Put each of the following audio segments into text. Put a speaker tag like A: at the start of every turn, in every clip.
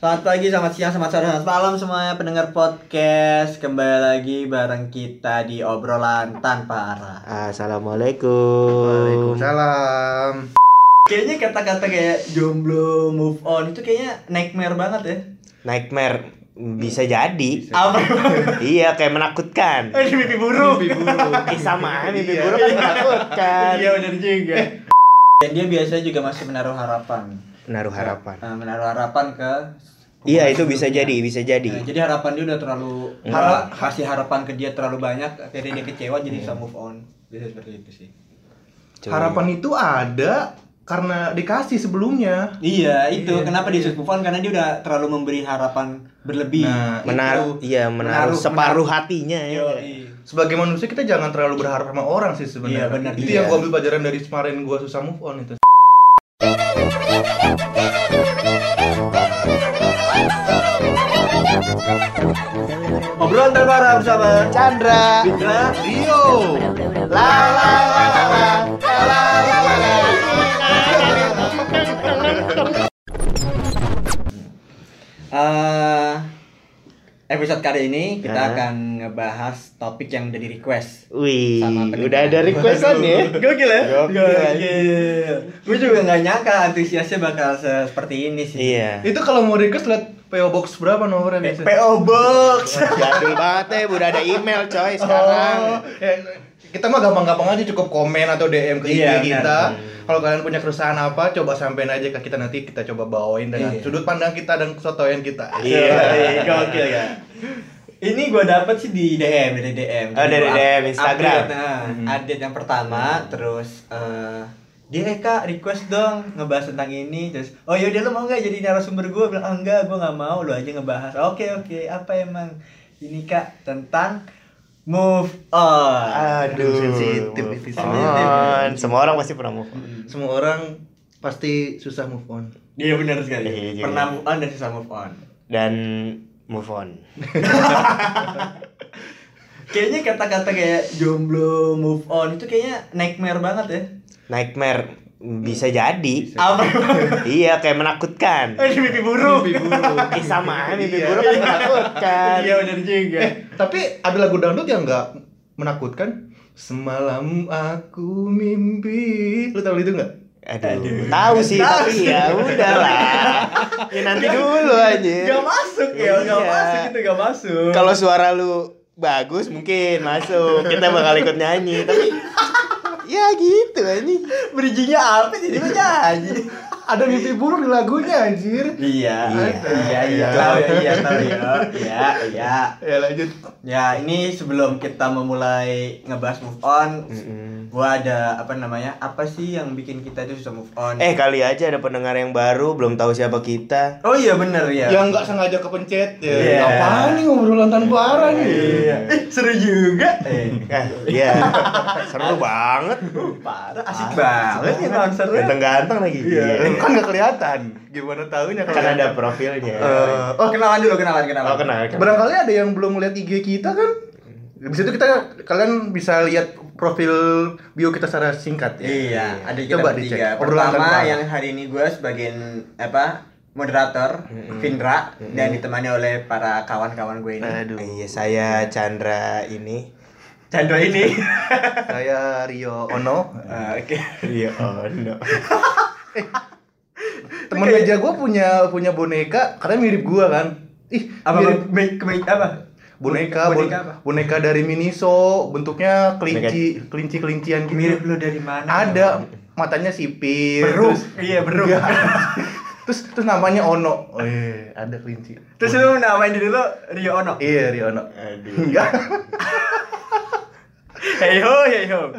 A: Selamat pagi, selamat siang, selamat sore, selamat malam semuanya pendengar podcast Kembali lagi bareng kita di obrolan tanpa arah
B: Assalamualaikum.
C: Waalaikumsalam.
A: Kayaknya kata-kata kayak jomblo, move on itu kayaknya nightmare banget ya
B: Nightmare bisa jadi.
C: Bisa.
A: Apa?
B: iya, kayak menakutkan.
A: Ini mimpi buruk
C: Mimpi buruk.
B: Eh, sama mimpi
C: Iya.
B: buruk kan menakutkan.
A: Iya bener juga Dan dia biasanya juga masih menaruh harapan
B: Menaruh harapan.
A: Nah, Menaruh harapan ke
B: Iya, itu bisa jadi, bisa
A: Nah,
B: jadi. Iya.
A: jadi harapan dia udah terlalu harap, kasih harapan ke dia terlalu banyak akhirnya dia kecewa jadi
B: Iya.
A: bisa move on biasanya seperti itu sih
B: Coba.
C: Harapan itu ada karena dikasih sebelumnya.
A: Iya, itu
C: Iya,
A: kenapa dia sus move on karena dia udah terlalu memberi harapan berlebih.
C: Nah,
B: menaruh
A: Itu.
B: iya menaruh
A: menaruh-
B: separuh hatinya ya.
A: Yoi.
C: Sebagai manusia kita jangan terlalu berharap sama orang sih
A: Iya,
C: sebenarnya.
A: benar
C: Itu
A: juga.
C: yang gua ambil pelajaran dari kemarin gua susah move on itu.
A: Obrolan terbaru bersama
B: Chandra.
A: Fitra.
C: Rio.
B: La la la la la. La, la, la, la.
A: Eh, episode kali ini kita
B: Ya.
A: akan ngebahas topik yang udah di request.
B: Wih,
A: Sama pendengar.
B: udah ada requestan ya.
A: Gokil ya?
B: Gokil.
A: Gokil. Gue juga nggak nyangka antusiasnya bakal se- seperti ini sih.
B: Iya.
C: Itu kalau mau request lihat PO Box berapa nomornya
A: P-
C: biasanya?
A: PO Box.
B: Jadul banget ya, udah ada email coy sekarang.
C: Oh, ya, kita mah gampang-gampang aja cukup komen atau DM ke
A: Iya, benar.
C: IG kita. Kalau kalian punya keresahan apa, coba sampein aja ke kita nanti kita coba bawain dengan
A: Iya.
C: sudut pandang kita dan kesotoyan kita.
B: Iya.
A: Yoi, Gokil ya. Ini gue dapet sih di DM, dari DM.
B: Oh, dari
A: Gua
B: DM, Instagram. Mhm.
A: Update, nah, update yang pertama, terus eh, dia eh kak request dong ngebahas tentang ini terus oh yaudah lu mau nggak jadi narasumber gue bilang "Ah, enggak gue nggak mau lu aja ngebahas oke oke apa emang ini kak tentang move on
B: Aduh,
C: Sensitif,
B: move
C: sensitif.
B: on. Semua orang pasti pernah move on.
C: Semua orang pasti susah move on.
A: dia benar sekali
B: Iya, iya.
A: pernah move on dan susah move on
B: Dan move on.
A: kayaknya kata-kata kayak jomblo move on itu kayaknya nightmare banget ya
B: Nightmare bisa Iya. jadi.
A: apa
B: iya, kayak menakutkan.
A: ini Eh, mimpi buruk
C: Mimpi buruk. Iya.
B: Eh sama, mimpi buruk kan menakutkan.
A: Iya benar juga.
C: Eh, tapi ada lagu dangdut yang nggak menakutkan. Semalam aku mimpi. Lu tahu itu nggak?
B: Aduh, tahu sih
A: Tahu
B: tapi
A: sih.
B: ya udahlah. Ya nanti dulu
A: Gak
B: aja.
A: masuk ya, gak
B: Iya.
A: masuk itu gak masuk.
B: Kalau suara lu bagus mungkin masuk. Kita bakal ikut nyanyi, tapi ya gitu anjing.
A: bridgingnya apa jadi menyanyi?
C: Ada mimpi buruk di lagunya anjir.
A: Iya, iya, iya,
C: iya.
A: tahu ya, iya, tahu ya, iya, iya.
C: Ya lanjut.
A: Ya ini sebelum kita memulai ngebahas move on, gua ada apa namanya? Apa sih yang bikin kita itu susah move on?
B: Eh kali aja ada pendengar yang baru belum tahu siapa kita.
A: Oh iya bener ya.
C: Yang nggak sengaja kepencet ya.
A: Iya.
C: Apaan nih ngobrolan tanpa arah nih?
A: Iya. Eh, seru juga. Eh,
B: Eh, Iya. Seru banget.
A: parah, asik banget ya tahun seru.
B: Ganteng-ganteng lagi.
C: Iya. Kan nggak kelihatan. Gimana tahunya
B: Kan
C: kalau
B: ada profilnya.
C: Eh,
A: Oh kenalan dulu, kenalan, kenalan.
B: Oh, kenal. kenal.
C: Barangkali ada yang belum lihat IG kita kan? Di situ kita kalian bisa lihat profil bio kita secara singkat ya.
A: Iya, ada kita
C: Coba
A: bertiga.
C: dicek. Obrolan
A: Pertama
C: tanpa arah.
A: yang hari ini gue sebagai apa moderator, Vindra dan ditemani oleh para kawan-kawan gue ini.
B: Aduh. Iya, saya Chandra ini.
A: Chandra ini.
C: Saya Rio Ono.
A: Ah, Oke.
B: Iya, oh no.
C: Temen
A: Kayak-
C: meja gue punya punya boneka karena mirip gua kan. Ih,
A: Apa
C: mirip
A: me- me- apa?
C: boneka bon-
A: boneka
C: boneka,
A: apa?
C: dari Miniso, bentuknya kelinci, kelinci-kelincian gitu.
A: Mirip lu dari mana?
C: Ada matanya sipir.
A: Beruk.
C: Terus,
A: Iya, beruk.
C: Enggak. terus terus namanya Ono. Oh, iya, ada kelinci.
A: Terus lu namain diri lu Rio Ono.
C: Iya, Rio Ono.
B: Aduh.
C: Enggak.
A: Hey ho, hey ho.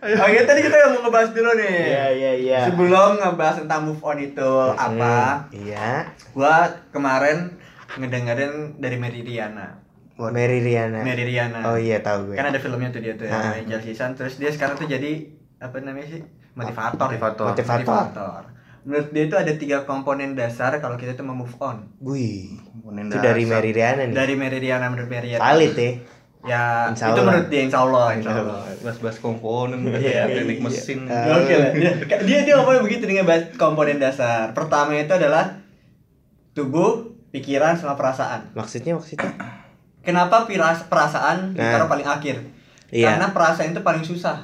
A: Oke, tadi kita mau ngebahas dulu nih.
B: Iya, iya, iya.
A: Sebelum ngebahas tentang move on itu apa,
B: Hmm, Iya.
A: gua kemarin ngedengerin dari Meridiana.
B: Mary
C: Nah.
B: Riana.
A: Mary Riana.
B: Oh iya, tahu gue.
A: kan ada filmnya tuh dia tuh ya,
B: Ah.
A: namanya Jalsisan terus dia sekarang tuh jadi apa namanya sih motivator ya?
C: Motivator.
B: Motivator.
A: Motivator. menurut dia itu ada tiga komponen dasar kalau kita tuh mau move on
B: Wih.
C: Komponen
B: Itu dari
C: dasar.
B: Mary Riana nih.
A: dari Meridiana menurut Meridiana
B: Valid ya.
A: ya
B: Insya
A: itu
B: Allah.
A: menurut dia insya Allah insya Allah Ya,
C: Bahas-bahas komponen,
A: Iya,
C: teknik
B: iya.
C: mesin.
B: Ah.
A: Oke lah. Dia dia ngomongnya begitu dengan bahas komponen dasar. Pertama itu adalah to tubuh, pikiran, sama perasaan.
B: Maksudnya maksudnya?
A: Kenapa piras- perasaan
B: Nah.
A: ditaruh paling akhir?
B: Iya.
A: Karena perasaan itu paling susah.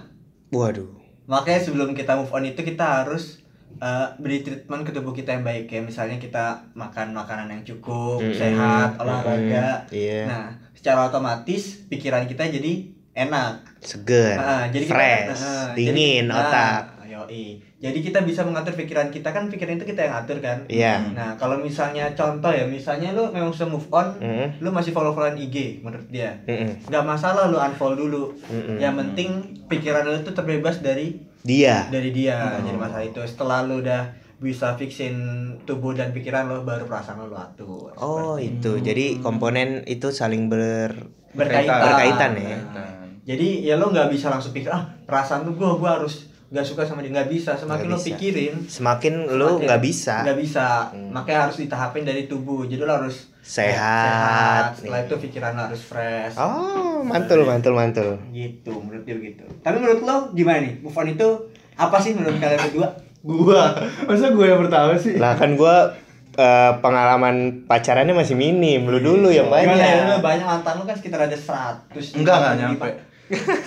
B: Waduh.
A: Makanya sebelum kita move on itu kita harus eh, beri treatment ke tubuh kita yang baik ya. Misalnya kita makan makanan yang cukup,
B: Mm-mm.
A: sehat,
B: Mm-mm.
A: olahraga.
B: Iya.
A: Nah, secara otomatis pikiran kita jadi enak.
B: Seger.
A: Nah, jadi kita-
B: Kan? fresh.
A: nah, jadi-
B: dingin
A: nah,
B: otak.
A: yoi. Jadi kita bisa mengatur pikiran kita kan pikiran itu kita yang atur kan.
B: Iya.
A: Nah, kalau misalnya contoh ya, misalnya lu memang sudah move on,
B: Mm.
A: lu masih follow-followan IG menurut dia.
B: Mm-mm.
A: Nggak masalah lu unfollow dulu.
B: Mm-mm.
A: Yang penting pikiran lu tuh terbebas dari
B: Dia.
A: dari dia.
B: Hmm.
A: Jadi masalah itu setelah lu udah bisa fixin tubuh dan pikiran lo baru perasaan lo lu atur.
B: Oh
A: Seperti-
B: itu. Jadi komponen itu saling ber
A: berkaitan.
B: Berkaitan ya.
A: Berkaitan. Jadi ya lo nggak bisa langsung pikir ah perasaan lu gue gue harus nggak suka sama dia nggak bisa semakin
B: Nggak
A: lo
B: bisa.
A: pikirin
B: semakin lu
A: Semakin-
B: nggak bisa
A: nggak bisa
B: Hmm.
A: makanya harus ditahapin dari tubuh jadi lo harus
B: sehat.
A: setelah itu pikiran lo harus fresh
B: Oh mantul mantul mantul.
A: gitu menurut dia gitu tapi menurut lo gimana nih move on itu apa sih menurut kalian berdua
C: Gua. Masa gua yang pertama sih?
B: Lah kan gua eh, pengalaman pacarannya masih minim. Lu dulu yang
A: Iya. gimana ya? lo
B: banyak.
A: banyak mantan lo kan sekitar ada 100
C: Enggak enggak nyampe.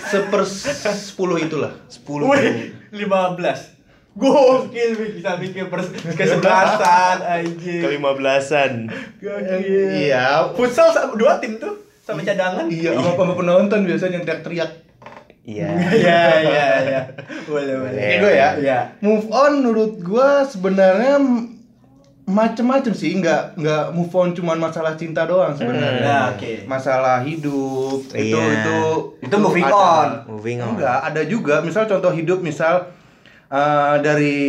C: Seper sepuluh itulah.
B: 10
A: Wih, 15 Gokil bisa mikir pers kesebelasan
B: ke
A: aja.
B: 15-an.
A: Gokil.
C: Iya.
A: Futsal sama dua tim tuh sama cadangan.
C: Iya, sama sama penonton biasanya yang teriak-teriak.
B: Iya.
A: Iya, iya, iya. Boleh, boleh.
B: Oke,
C: gue ya.
A: Iya.
C: Move on menurut gua sebenarnya m- macem-macem sih, nggak nggak move on cuman masalah cinta doang sebenarnya.
A: Nah, oke.
C: Masalah hidup itu
B: Iya.
C: itu
A: Itu moving
C: ada.
A: on.
B: Moving on.
C: Enggak, ada juga misal contoh hidup misal eh, dari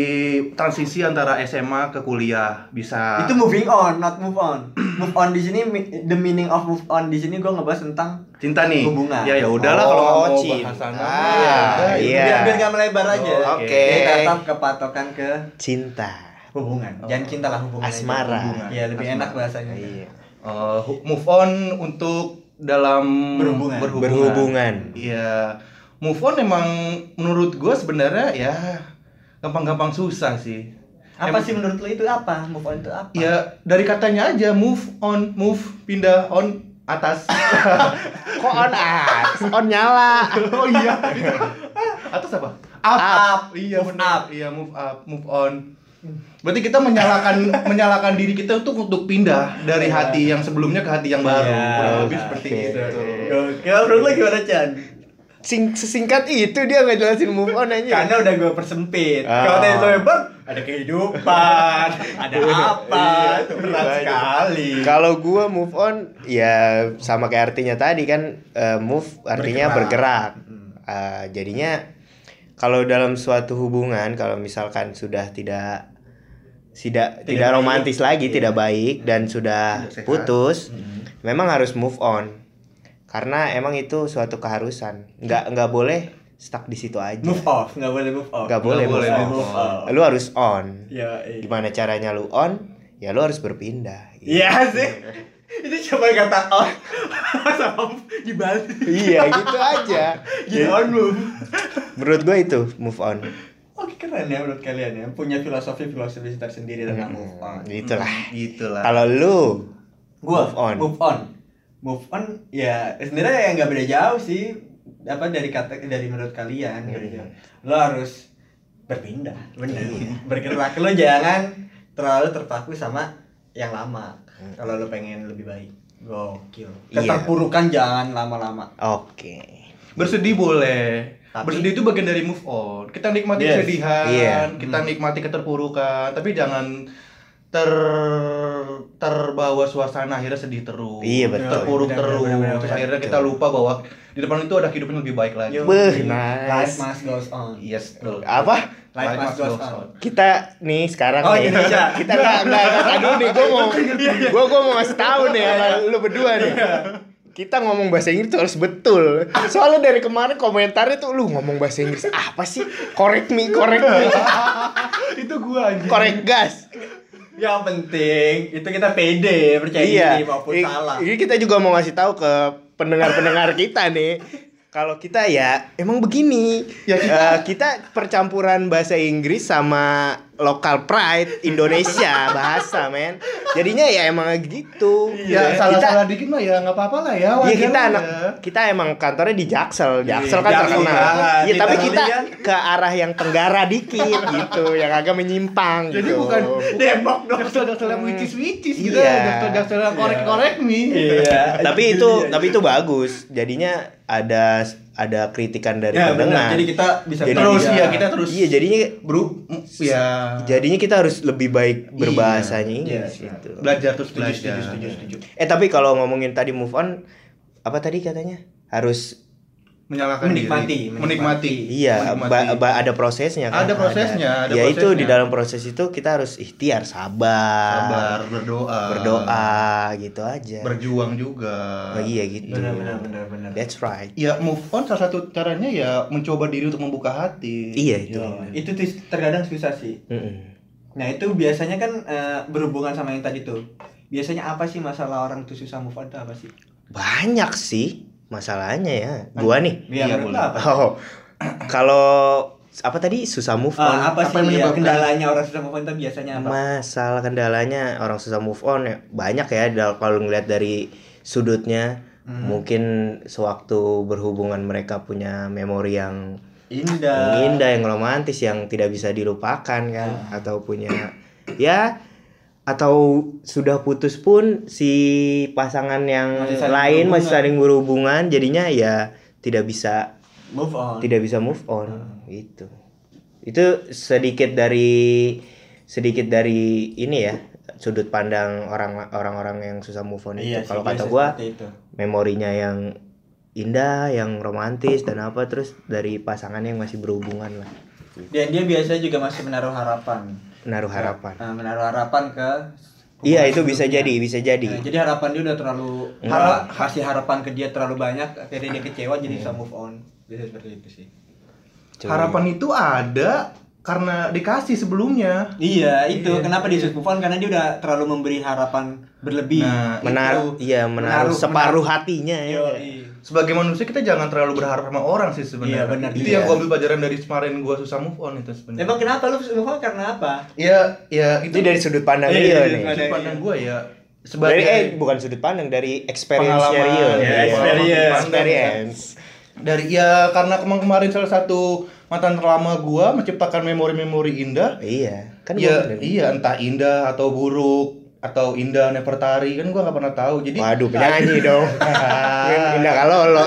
C: transisi antara SMA ke kuliah bisa
A: Itu moving on, not move on. Move on di sini mi- the meaning of move on di sini gua ngebahas tentang
C: cinta nih.
A: hubungan.
C: Ya ya
B: Oh,
C: udahlah kalau nggak mau
B: cinta.
C: bahasan apa,
B: Ah,
C: ya udah,
B: iya.
A: biar biar nggak melebar aja.
C: Oh,
B: oke.
A: Kita tetap kepatokan ke
B: Cinta.
A: hubungan. Jangan cinta lah hubungan. aja.
B: Asmara.
A: Hubungan. Iya, lebih
C: Asmara.
A: enak bahasanya.
B: Iya.
C: Eh, hu- move on untuk dalam
A: Berhubungan.
B: Berhubungan.
C: Iya. Move on emang menurut gua sebenarnya ya gampang-gampang susah sih.
A: Apa
C: Em-
A: sih menurut lo itu apa? Move on itu apa?
C: Ya dari katanya aja move on, move pindah on atas.
B: Kok on as? On nyala.
C: oh iya. atas apa? Up.
A: Up.
C: Iya
A: Move up.
C: benar. Iya move up, move on. Berarti kita menyalakan menyalakan diri kita untuk untuk pindah dari hati yang sebelumnya ke hati yang baru.
A: Iya.
C: Kurang lebih seperti
B: Oke.
C: itu.
A: Gokil, menurut lo gimana Chan?
B: Sing singkat itu dia nggak jelasin move on aja.
A: Iya. Karena udah gue persempit
B: Ah.
A: Kalau tadi lo lebar, ada kehidupan Ada apa,
B: Iya,
A: itu berat
B: iya, iya.
A: sekali
B: Kalau gua move on ya sama kayak artinya tadi kan eh, move artinya
A: Bergerak.
B: bergerak.
A: Hmm.
B: Eh, jadinya kalau dalam suatu hubungan kalau misalkan sudah tidak
A: Tidak
B: tidak tidak,
A: baik.
B: romantis lagi,
A: Iya.
B: tidak baik dan sudah
C: Tidak sehat.
B: putus,
A: Hmm.
B: memang harus move on. Karena emang itu suatu keharusan. Nggak nggak boleh stuck di situ aja.
A: Move off, gak boleh move off
B: Nggak boleh,
C: Nggak boleh
B: move on.
C: move on.
A: off.
B: Lu harus on.
A: Ya, iya.
B: Gimana caranya lu on? Ya lu harus berpindah. gitu.
A: Iya sih Itu cuma kata off Sama off, dibalik
B: iya, gitu aja.
A: Jadi on move
B: Menurut gua itu move on.
A: Oke keren ya menurut kalian ya Punya filosofi-filosofi tersendiri tentang move on
B: Hmm,
A: Nah.
B: Itulah.
C: Nah, Gitulah.
B: Kalau lu
A: gua
B: Move on.
A: move on move on ya sebenarnya ya nggak beda jauh sih apa dari kata dari menurut kalian
B: Iya,
A: nggak beda jauh. lo harus berpindah bener
B: Iya.
A: bergerak lo jangan terlalu terpaku sama yang lama kalau lo pengen lebih baik gokil
B: Hmm. Iya.
A: keterpurukan jangan lama-lama
B: oke.
C: Bersedih boleh.
A: Tapi-
C: Bersedih itu bagian dari move on. Kita nikmati
A: Yes. Hmm.
C: kesedihan,
B: Iya.
C: kita nikmati keterpurukan, tapi jangan ter terbawa suasana akhirnya sedih terus.
B: Iya, betul.
C: Terpuruk
A: Benar, benar,
C: terus.
A: benar, benar,
C: Terus
A: benar.
C: akhirnya kita lupa bahwa di depan itu ada kehidupan yang lebih baik lagi.
A: Yo,
B: Beuh,
A: life
B: nice. Iya.
A: must goes on
C: Yes, betul.
B: Apa?
A: life, must goes on
B: Kita nih sekarang
A: Oh, Iya,
B: nih.
A: Indonesia.
B: Kita enggak enggak enggak dulu nih gua mau gua gua mau ngasih tahu nih
A: Iya,
B: sama lu berdua nih. Kita ngomong bahasa Inggris tuh harus betul. Soalnya dari kemarin komentarnya tuh lu ngomong bahasa Inggris apa sih? Correct me, correct me,
C: itu gua anjing.
B: correct gas.
A: Ya, yang penting itu kita pede percaya diri maupun
B: Iya. I-
A: salah
B: Ini kita juga mau ngasih tahu ke pendengar-pendengar kita nih. Kalau kita
A: Ya,
B: ya emang begini. Eh, kita percampuran bahasa Inggris sama lokal pride Indonesia bahasa men. Jadinya ya emang gitu.
A: Iya,
C: Ya salah-salah dikit mah ya nggak apa-apa lah ya.
B: Iya
C: wajar
B: kita
C: lah
B: anak
C: ya.
B: kita emang kantornya di Jaksel,
A: kan Iya,
B: Jaksel kan
A: Jaksel
B: terkenal.
A: banget.
B: Iya tapi
A: Kita
B: kita
A: kan-
B: ke arah yang tenggara dikit gitu, yang agak menyimpang
C: Jadi
B: gitu.
C: bukan
A: Depok dong.
C: jaksel-jaksel yang wicis-wicis gitu,
B: Iya.
C: jaksel-jaksel yang korek-korek nih.
A: Iya.
B: Tapi
A: Jadi
B: itu
A: ya.
B: tapi itu bagus. Jadinya ada ada kritikan dari
A: Ya benar.
B: pendengar.
A: Jadi kita bisa
B: Jadi
C: terus
B: bisa.
C: ya kita terus.
B: Iya, jadinya
C: Bro, mm, ya.
B: jadinya kita harus lebih baik berbahasanya
A: Iya,
B: Inggris
A: iya.
B: gitu.
C: belajar terus
A: setuju,
C: belajar.
A: setuju, setuju, setuju.
B: Eh tapi kalau ngomongin tadi move on apa tadi katanya? Harus
C: Menyalakan
A: Menikmati,
C: diri.
A: menikmati.
C: menikmati.
B: iya ba- ba- ada prosesnya kan.
C: Ada prosesnya, ada
B: ya itu di
C: prosesnya.
B: dalam proses itu kita harus ikhtiar, sabar.
C: sabar, berdoa,
B: Berdoa gitu aja.
C: berjuang juga.
B: Oh, iya gitu.
A: Benar benar benar benar.
B: That's right.
C: Ya move on salah satu caranya ya mencoba diri untuk membuka hati. Ya.
B: Iya itu.
A: Yo, itu tuh terkadang susah sih.
B: Mm-mm.
A: Nah itu biasanya kan eh, berhubungan sama yang tadi tuh. Biasanya apa sih masalah orang tuh susah move on tuh apa sih?
B: Banyak sih masalahnya ya. Gua nih.
A: Ya,
C: Iya,
A: menurut lo
C: boleh.
A: apa?
B: Oh. Kalau apa tadi susah move on.
A: Ah, apa,
C: Apa
A: sih
C: yang
A: ya,
C: menyebabkan?
A: kendalanya orang susah move on tuh biasanya apa?
B: Masalah kendalanya orang susah move on ya banyak ya dal- kalau ngeliat dari sudutnya
A: Hmm.
B: mungkin sewaktu berhubungan mereka punya memori yang yang
A: Indah.
B: indah yang romantis yang tidak bisa dilupakan kan
A: Ah.
B: atau punya ya atau sudah putus pun si pasangan yang
A: Masih saling
B: lain masih
A: berhubungan.
B: saling berhubungan jadinya ya tidak bisa
A: Move on.
B: tidak bisa move on
A: Ah.
B: gitu itu sedikit dari sedikit dari ini ya sudut pandang orang orang-orang yang susah move on itu
A: Iya, sih,
B: kalau kata
A: biasa
B: gua
A: seperti itu.
B: memorinya yang indah yang romantis dan apa terus dari pasangan yang masih berhubungan lah
A: Dan dia biasanya juga masih menaruh harapan.
B: menaruh harapan
A: Nah, menaruh harapan ke
B: Ya.
A: hubungan
B: iya itu bisa
A: sebelumnya.
B: jadi bisa
A: Nah,
B: jadi Iya.
A: jadi harapan dia udah terlalu harap kasih harapan ke dia terlalu banyak akhirnya dia kecewa
B: Iya.
A: jadi bisa move on. Biasanya seperti itu sih.
B: Coba.
C: Harapan itu ada karena dikasih sebelumnya.
A: Iya, itu kenapa dia susah move on karena dia udah terlalu memberi harapan berlebih. Iya.
C: Nah,
B: menaruh
A: Itu
B: iya menaruh
A: menaruh-
B: separuh hatinya ya
A: Yoi.
C: Sebagai manusia kita jangan terlalu berharap sama orang sih sebenarnya.
A: Iya, benar.
C: Itu
A: Iya.
C: yang gua ambil pelajaran dari kemarin gua susah move on itu sebenarnya.
A: Emang kenapa lu susah move on karena apa?
C: Ya, ya
B: itu
C: itu
B: dari sudut pandang
A: Iya, dari
B: Rio nih
A: sudut pandang.
C: sudut pandang gua ya sebagai
B: dari eh bukan sudut pandang dari experience
C: pengalaman
B: Rio
A: Ya,
B: Iya.
A: experience.
B: experience
C: dari ya karena kemarin kemarin salah satu mantan lama gua menciptakan memori-memori indah
B: iya kan gua
C: ya
B: bener.
C: iya entah indah atau buruk atau indah nefertari kan gua nggak pernah tahu jadi
B: waduh penyanyi dong indah kalau lo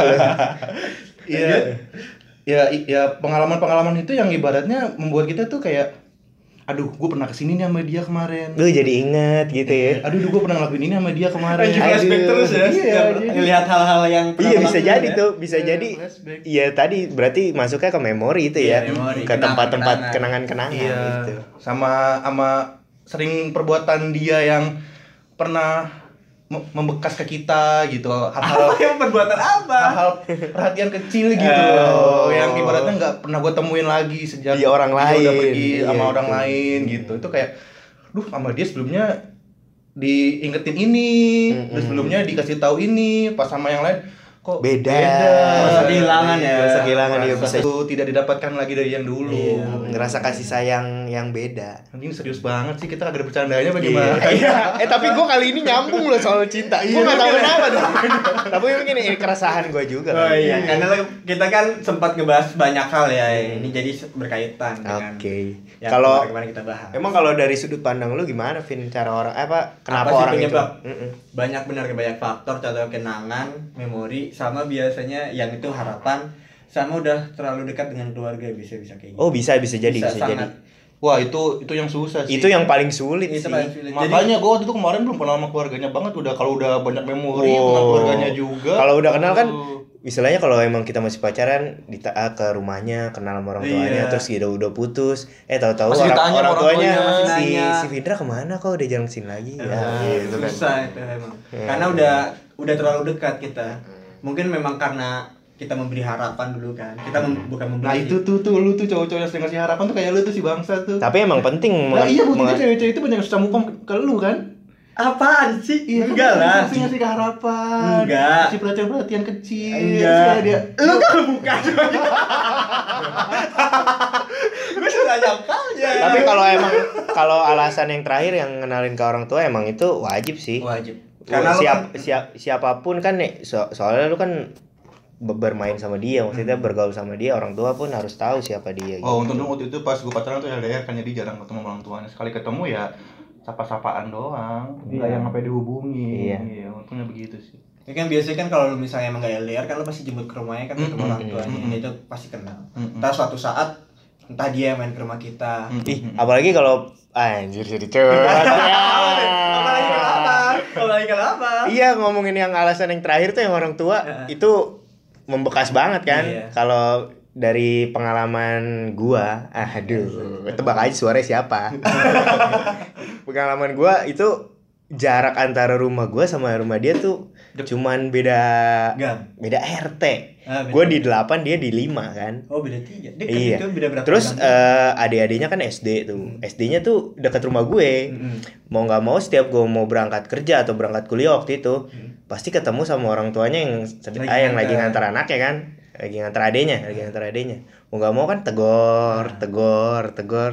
C: ya ya i- ya pengalaman-pengalaman itu yang ibaratnya membuat kita tuh kayak aduh gua pernah kesini nih sama dia kemarin
B: lu jadi inget gitu
A: Iya,
B: ya
C: aduh duh, gua pernah ngelakuin ini sama dia kemarin
A: Anjing
B: Aduh.
A: flashback terus ya,
C: Iya,
A: setiap
C: jadi-
A: ngelihat hal-hal yang pernah
B: Iya bisa
A: lakuin
B: jadi
A: ya.
B: tuh, bisa
C: Iya,
B: jadi.
C: flashback.
B: Iya tadi berarti masuknya ke memori itu ya,
A: Iya, memori.
B: ke tempat-tempat
A: Kenangan-kenangan.
B: kenangan-kenangan
C: Iya.
B: gitu.
C: Sama sama sering perbuatan dia yang pernah me- membekas ke kita gitu
A: Apa
C: hal-hal
A: yang perbuatan apa?
C: hal perhatian kecil gitu
B: Oh.
C: loh yang ibaratnya nggak pernah gue temuin lagi sejak
B: Di orang
C: dia udah
B: lain.
C: pergi sama
B: Iya,
C: orang
B: itu.
C: lain gitu itu kayak duh sama dia sebelumnya diingetin ini terus sebelumnya dikasih tahu ini pas sama yang lain kok
B: Beda.
A: Merasa kehilangan ya.
B: Merasa kehilangan, iya,
C: Merasa
B: bisa.
C: itu tidak didapatkan lagi dari yang dulu
A: Iya.
B: Ngerasa kasih sayang yang beda.
C: Anjing serius banget sih kita kagak ada bercandanya bagaimana?
B: Iya. Eh tapi gue kali ini nyambung loh soal cinta. Gue nggak tahu kenapa tuh. tapi mungkin ini keresahan gue juga.
A: Oh
B: kali.
A: iya, karena lo- kita kan sempat ngebahas banyak hal ya. Ini jadi se- berkaitan dengan
B: Hmm. Oke.
A: yang
B: Kalau
A: kemarin kita bahas.
B: emang kalau dari sudut pandang lu gimana, Vin? Cara orang apa? Kenapa
A: sih
B: orang itu?
A: penyebab?
B: Mm-mm.
A: banyak benar banyak faktor contoh kenangan, memori sama biasanya yang itu harapan sama udah terlalu dekat dengan keluarga bisa bisa kayak gitu.
B: Oh bisa bisa jadi bisa, jadi.
A: sangat.
C: Wah itu itu yang susah sih.
B: Itu yang paling sulit
A: Itu
B: sih.
A: paling sulit.
C: makanya gue waktu itu kemarin belum kenal sama keluarganya banget udah kalau udah banyak memori
B: Wow.
C: tentang keluarganya juga.
B: Oh. Kalau udah kenal kan
C: Aduh.
B: istilahnya kalau emang kita masih pacaran dita ah, ke rumahnya kenal sama orang tuanya
A: Iya.
B: terus gitu udah putus eh tahu-tahu
C: Masih
B: orang,
C: ditanya
B: orang,
C: orang
B: tuanya,
A: tuanya.
B: si
A: Nanya. Iya.
B: si Findra kemana kok udah jarang kesini lagi ya, gitu kan.
A: susah itu emang. Karena udah udah terlalu dekat kita. Mungkin memang karena kita memberi harapan dulu kan. Kita mem- bukan memberi.
C: Nah itu tuh tuh lu tuh cowok-cowok yang sering ngasih harapan tuh kayak lu tuh si bangsa tuh.
B: tapi emang penting
C: Nah
B: meng-
C: iya buktinya
B: meng-
C: cewek-cewek itu banyak yang susah move on ke- ke lu kan?
A: apaan sih? Enggak
C: kan
A: lah.
C: Ngasih ngasih harapan.
A: Enggak.
C: Kasih perhatian-perhatian kecil.
A: Enggak.
B: kan-
C: Terus ya Dia
A: Lu kan bukan. Gue banyak kali ya.
B: Tapi kalau emang kalau alasan yang terakhir yang ngenalin ke orang tua emang itu wajib sih.
A: wajib. Karena
B: Karena
A: lu
B: siap,
A: kan-
B: siap siapapun kan nih so- soalnya lu kan be- bermain sama dia maksudnya
A: Hmm.
B: bergaul sama dia orang tua pun harus tahu siapa dia gitu.
C: Oh untung dong waktu itu pas gue pacaran tuh LDR kan jadi jarang ketemu orang tuanya sekali ketemu ya sapa-sapaan doang nggak
B: Iya.
C: yang sampai dihubungi
B: Iya.
C: untungnya begitu sih
A: Ya kan biasanya kan kalau lu misalnya emang gak LDR kan lu pasti jemput ke rumahnya kan ketemu
C: Mm-mm.
A: orang tuanya
C: Mm-mm.
A: dan itu pasti kenal.
C: Mm-mm.
A: Entah suatu saat entah dia yang main ke rumah kita.
C: Mm-mm.
B: Ih, apalagi kalau ah, anjir jadi curhat.
A: Apalagi kalau apa? Apalagi kalau apa?
B: Iya ngomongin yang alasan yang terakhir tuh yang orang tua
A: Heeh.
B: itu membekas banget kan.
A: Iya.
B: Kalau dari pengalaman gua,
A: Iya,
B: aduh, tebak aja suaranya siapa. pengalaman gua itu jarak antara rumah gua sama rumah dia tuh cuman beda
A: Gang.
B: beda RT.
A: Ah, beda.
B: Gua di 8, dia di 5 kan.
A: Oh beda tiga. Dia kan
B: Iya.
A: itu beda berapa? Hmm.
B: Terus
A: tahun?
B: eh, adik-adiknya kan SD tuh. SD-nya tuh dekat rumah gue.
A: Mm-mm.
B: Mau nggak mau setiap gue mau berangkat kerja atau berangkat kuliah waktu itu,
A: Hmm.
B: pasti ketemu sama orang tuanya yang sed-
A: Lagi
B: ah, yang lagi
A: nganter.
B: ngantar anaknya kan. Lagi ngantar adiknya, lagi ngantar adiknya. Mau nggak mau kan tegor,
A: Nah.
B: tegor, tegor.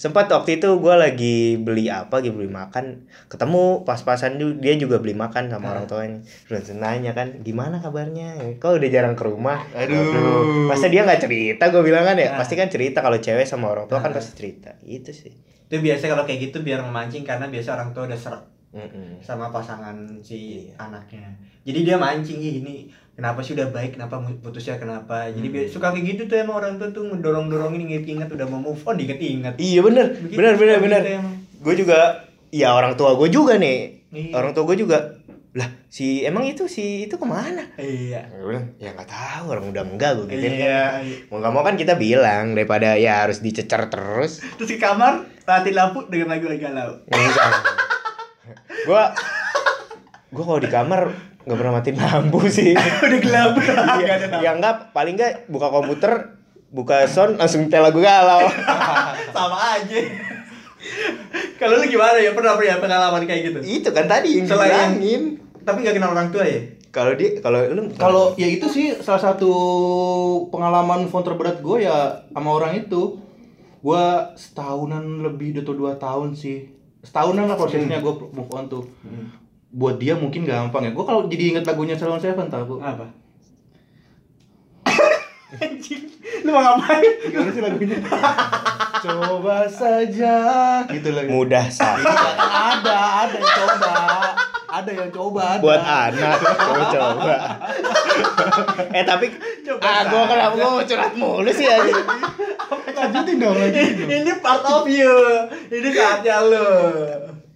B: Sempat waktu itu gue lagi beli apa, lagi beli makan, ketemu pas-pasan ju- dia juga beli makan sama
A: Nah.
B: orang tuanya. Terus nanya kan, gimana kabarnya? Kau udah jarang ke rumah?
C: Aduh.
B: Masa dia nggak cerita? Gue bilang kan ya,
A: Ah.
B: pasti kan cerita kalau cewek sama orang tua
A: Ah.
B: kan pasti cerita. Itu sih.
A: Itu biasa kalau kayak gitu biar memancing karena biasa orang tua udah serak
B: Mm-mm.
A: sama pasangan si anaknya. Jadi dia mancing "Ih, ini kenapa sih udah baik kenapa mu- putusnya kenapa. Jadi
B: Hmm.
A: biasa suka kayak gitu tuh emang orang tua tuh ngedorong-dorongin inget-inget udah mau move on diinget-inget.
B: Iya bener,
A: Begitu, gitu
B: bener bener
A: begitu
B: bener.
A: emang.
B: Gue juga, ya orang tua gue juga nih,
A: Iya.
B: orang tua gue juga. Lah si emang itu si itu kemana?
A: Iya.
B: Gue bilang ya nggak tahu orang udah enggak gue gitu.
A: Iya.
B: Mau nggak mau kan kita bilang daripada ya harus dicecer terus.
A: Terus ke kamar, matiin lampu dengan lagu lagu galau.
B: Gue gue kalau di kamar nggak pernah matiin lampu sih.
A: Udah gelap. Gak ada
B: ya enggak paling enggak buka komputer buka sound langsung tel lagu galau.
A: sama aja. Kalau lu gimana ya pernah punya pengalaman kayak gitu?
C: Iya.
B: itu kan tadi yang
A: Selain-
B: dibilangin.
A: Tapi gak kenal orang tua ya?
B: Kalau dia kalau lu
C: kalau ya itu sih salah satu pengalaman font terberat gue ya sama orang itu gue setahunan lebih atau dua tahun sih setahunan lah prosesnya gue move on tuh buat dia mungkin gampang ya gue kalau jadi inget lagunya Salon Seven tau gue
A: Apa? Anjing, lu mau ngapain?
C: gimana sih lagunya coba saja gitu lagi
B: mudah saja.
C: ada ada yang coba ada yang coba ada.
B: buat anak coba-coba eh tapi
A: Coba
B: ah gue kenapa gue mau curhat mulu sih aja
C: lanjutin dong lanjutin dong
A: Ini part of you. Ini saatnya lu.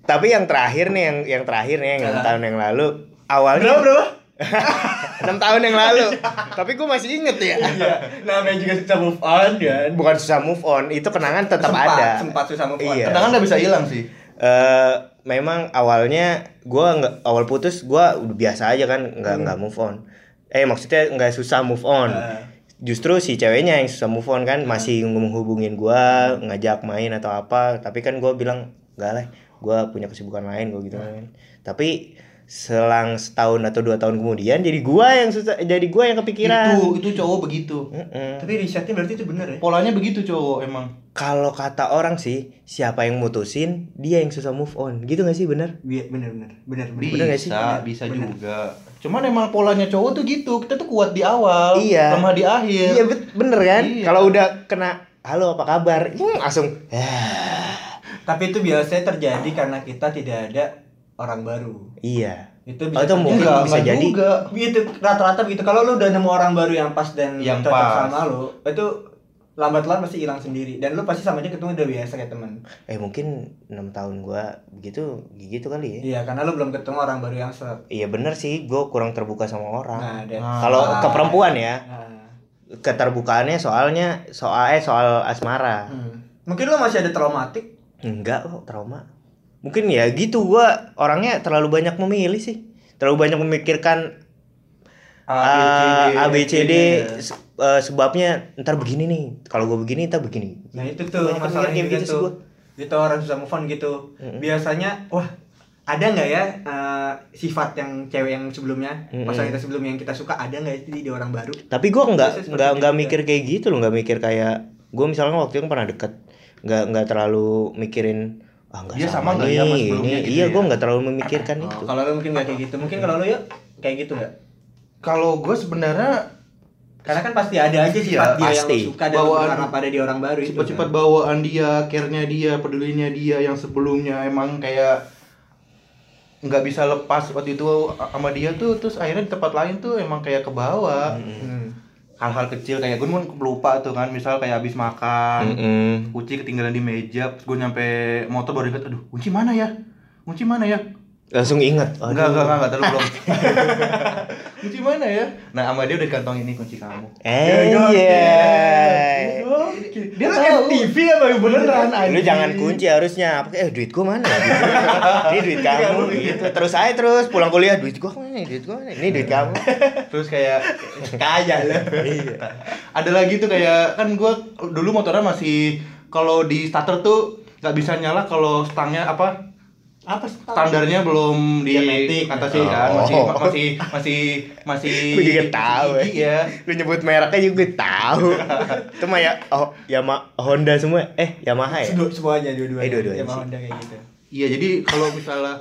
B: tapi yang terakhir nih yang yang terakhir nih yang enam tahun yang lalu awalnya
A: Bro, bro.
B: enam tahun yang lalu tapi gue masih inget ya
A: Iya, namanya juga susah move on kan.
B: bukan susah move on itu kenangan tetap
A: Sempat,
B: ada
A: sempat susah move on.
B: iya.
C: kadang nggak bisa hilang sih
B: Eh, memang awalnya gue nggak awal putus gue udah biasa aja kan nggak nggak move on eh maksudnya nggak susah move on
A: Eh.
B: justru si ceweknya yang susah move on kan masih menghubungin gue ngajak main atau apa tapi kan gue bilang nggak lah gue punya kesibukan lain gue gitu kan tapi selang setahun atau dua tahun kemudian jadi gue yang susah jadi gue yang kepikiran
C: itu itu cowok begitu
B: Mm-mm.
A: Tapi risetnya berarti itu bener ya?
C: polanya begitu cowok emang
B: kalau kata orang sih siapa yang mutusin dia yang susah move on gitu gak sih bener
A: Iya, bener bener bener bener.
C: bisa
B: Bener nggak sih?
C: bisa
A: Bener.
C: juga cuman emang polanya cowok tuh gitu kita tuh kuat di awal
B: Iya.
C: lemah di akhir
B: Iya bet- bener kan?
C: Iya.
B: Kalau udah kena halo apa kabar, hmm, langsung "Ah."
A: Tapi itu biasanya terjadi karena kita tidak ada orang baru.
B: iya.
A: Itu
B: Oh,
A: bisa
B: itu mungkin
C: Enggak,
B: bisa
C: enggak
B: jadi.
C: juga.
A: gitu rata-rata begitu. Kalau lu udah nemu orang baru yang pas dan cocok
C: Yang pas.
A: sama lu, itu lambat laun pasti hilang sendiri dan lu pasti sama dia ketemu udah biasa kayak temen
B: Eh mungkin enam tahun gua begitu gitu kali ya.
A: iya karena lu belum ketemu orang baru yang se
B: Iya bener sih, gua kurang terbuka sama orang.
A: nah dan
C: Nah.
B: Ah. Kalau ke perempuan ya,
A: Nah.
B: keterbukaannya soalnya soal eh soal asmara.
A: Hmm. mungkin lu masih ada traumatik
B: Enggak kok trauma. Mungkin ya gitu gua orangnya terlalu banyak memilih sih. Terlalu banyak memikirkan ah, A B C D se- eh, sebabnya ntar begini nih. Kalau gua begini ntar begini.
A: nah itu tuh
B: Banyak
A: masalahnya
B: yang
A: juga
B: gitu sih
A: tuh
B: gua.
A: gitu orang susah move on gitu
B: Mm-mm.
A: biasanya wah ada nggak ya eh, sifat yang cewek yang sebelumnya
B: Mm-mm.
A: pasangan kita sebelumnya yang kita suka ada nggak sih di orang baru
B: tapi gua nggak
A: Biasanya seperti itu
B: nggak
C: ya.
B: nggak
A: juga.
B: mikir kayak gitu loh nggak mikir kayak gue misalnya waktu itu pernah deket nggak nggak terlalu mikirin ah nggak
C: Dia
B: sama,
C: sama nggak
B: nih
C: ya sama
B: ini
C: sebelumnya gitu
B: iya
C: ya?
B: gue nggak terlalu memikirkan
A: Oh,
B: itu
A: kalau lu mungkin nggak kayak gitu mungkin kalau lu yuk kayak gitu nggak
B: Mm.
C: Kalau gue sebenarnya
A: karena kan pasti ada aja sifat
C: Iya,
A: dia
B: pasti.
A: yang lu suka dan lu
C: Bawaan-
A: berharap pada di orang baru itu kan?
C: cepat-cepat bawaan dia, care-nya dia, pedulinya dia yang sebelumnya emang kayak nggak bisa lepas waktu itu sama dia tuh terus akhirnya di tempat lain tuh emang kayak ke bawah
A: Hmm.
C: hal-hal kecil kayak gue pun lupa tuh kan misal kayak habis makan
B: Mm-mm.
C: kunci ketinggalan di meja gue nyampe motor baru ingat aduh kunci mana ya kunci mana ya
B: langsung ingat aduh.
C: enggak enggak enggak enggak terlalu belum kunci mana ya nah sama dia udah di kantong ini kunci kamu
B: eh iya
A: dia tuh FTV apa beneran
C: Iya.
B: lu jangan kunci harusnya Apa- eh duit gua mana ini duit
C: Iya,
B: kamu gitu terus saya terus pulang kuliah duit gua mana duit gua mana ini duit kamu Iya.
C: terus kayak
A: kaya lu
C: ada lagi tuh kayak kan gua dulu motornya masih kalau di starter tuh nggak bisa nyala kalau stangnya apa
A: apa sih
C: standarnya belum di
A: Diametik.
C: atasi kan
B: Oh.
C: masih ma- masih masih masih gitu
B: Gua juga
A: eh.
B: tahu
C: masih gigi
A: Iya.
C: ya
B: lu nyebut mereknya juga tahu itu mah ya oh Yama Honda semua eh Yamaha ya
A: Sedu- semuanya dua-duanya
B: Eh, dua-duanya
A: Yamaha
B: sih.
A: Honda kayak gitu
C: iya jadi kalau misalnya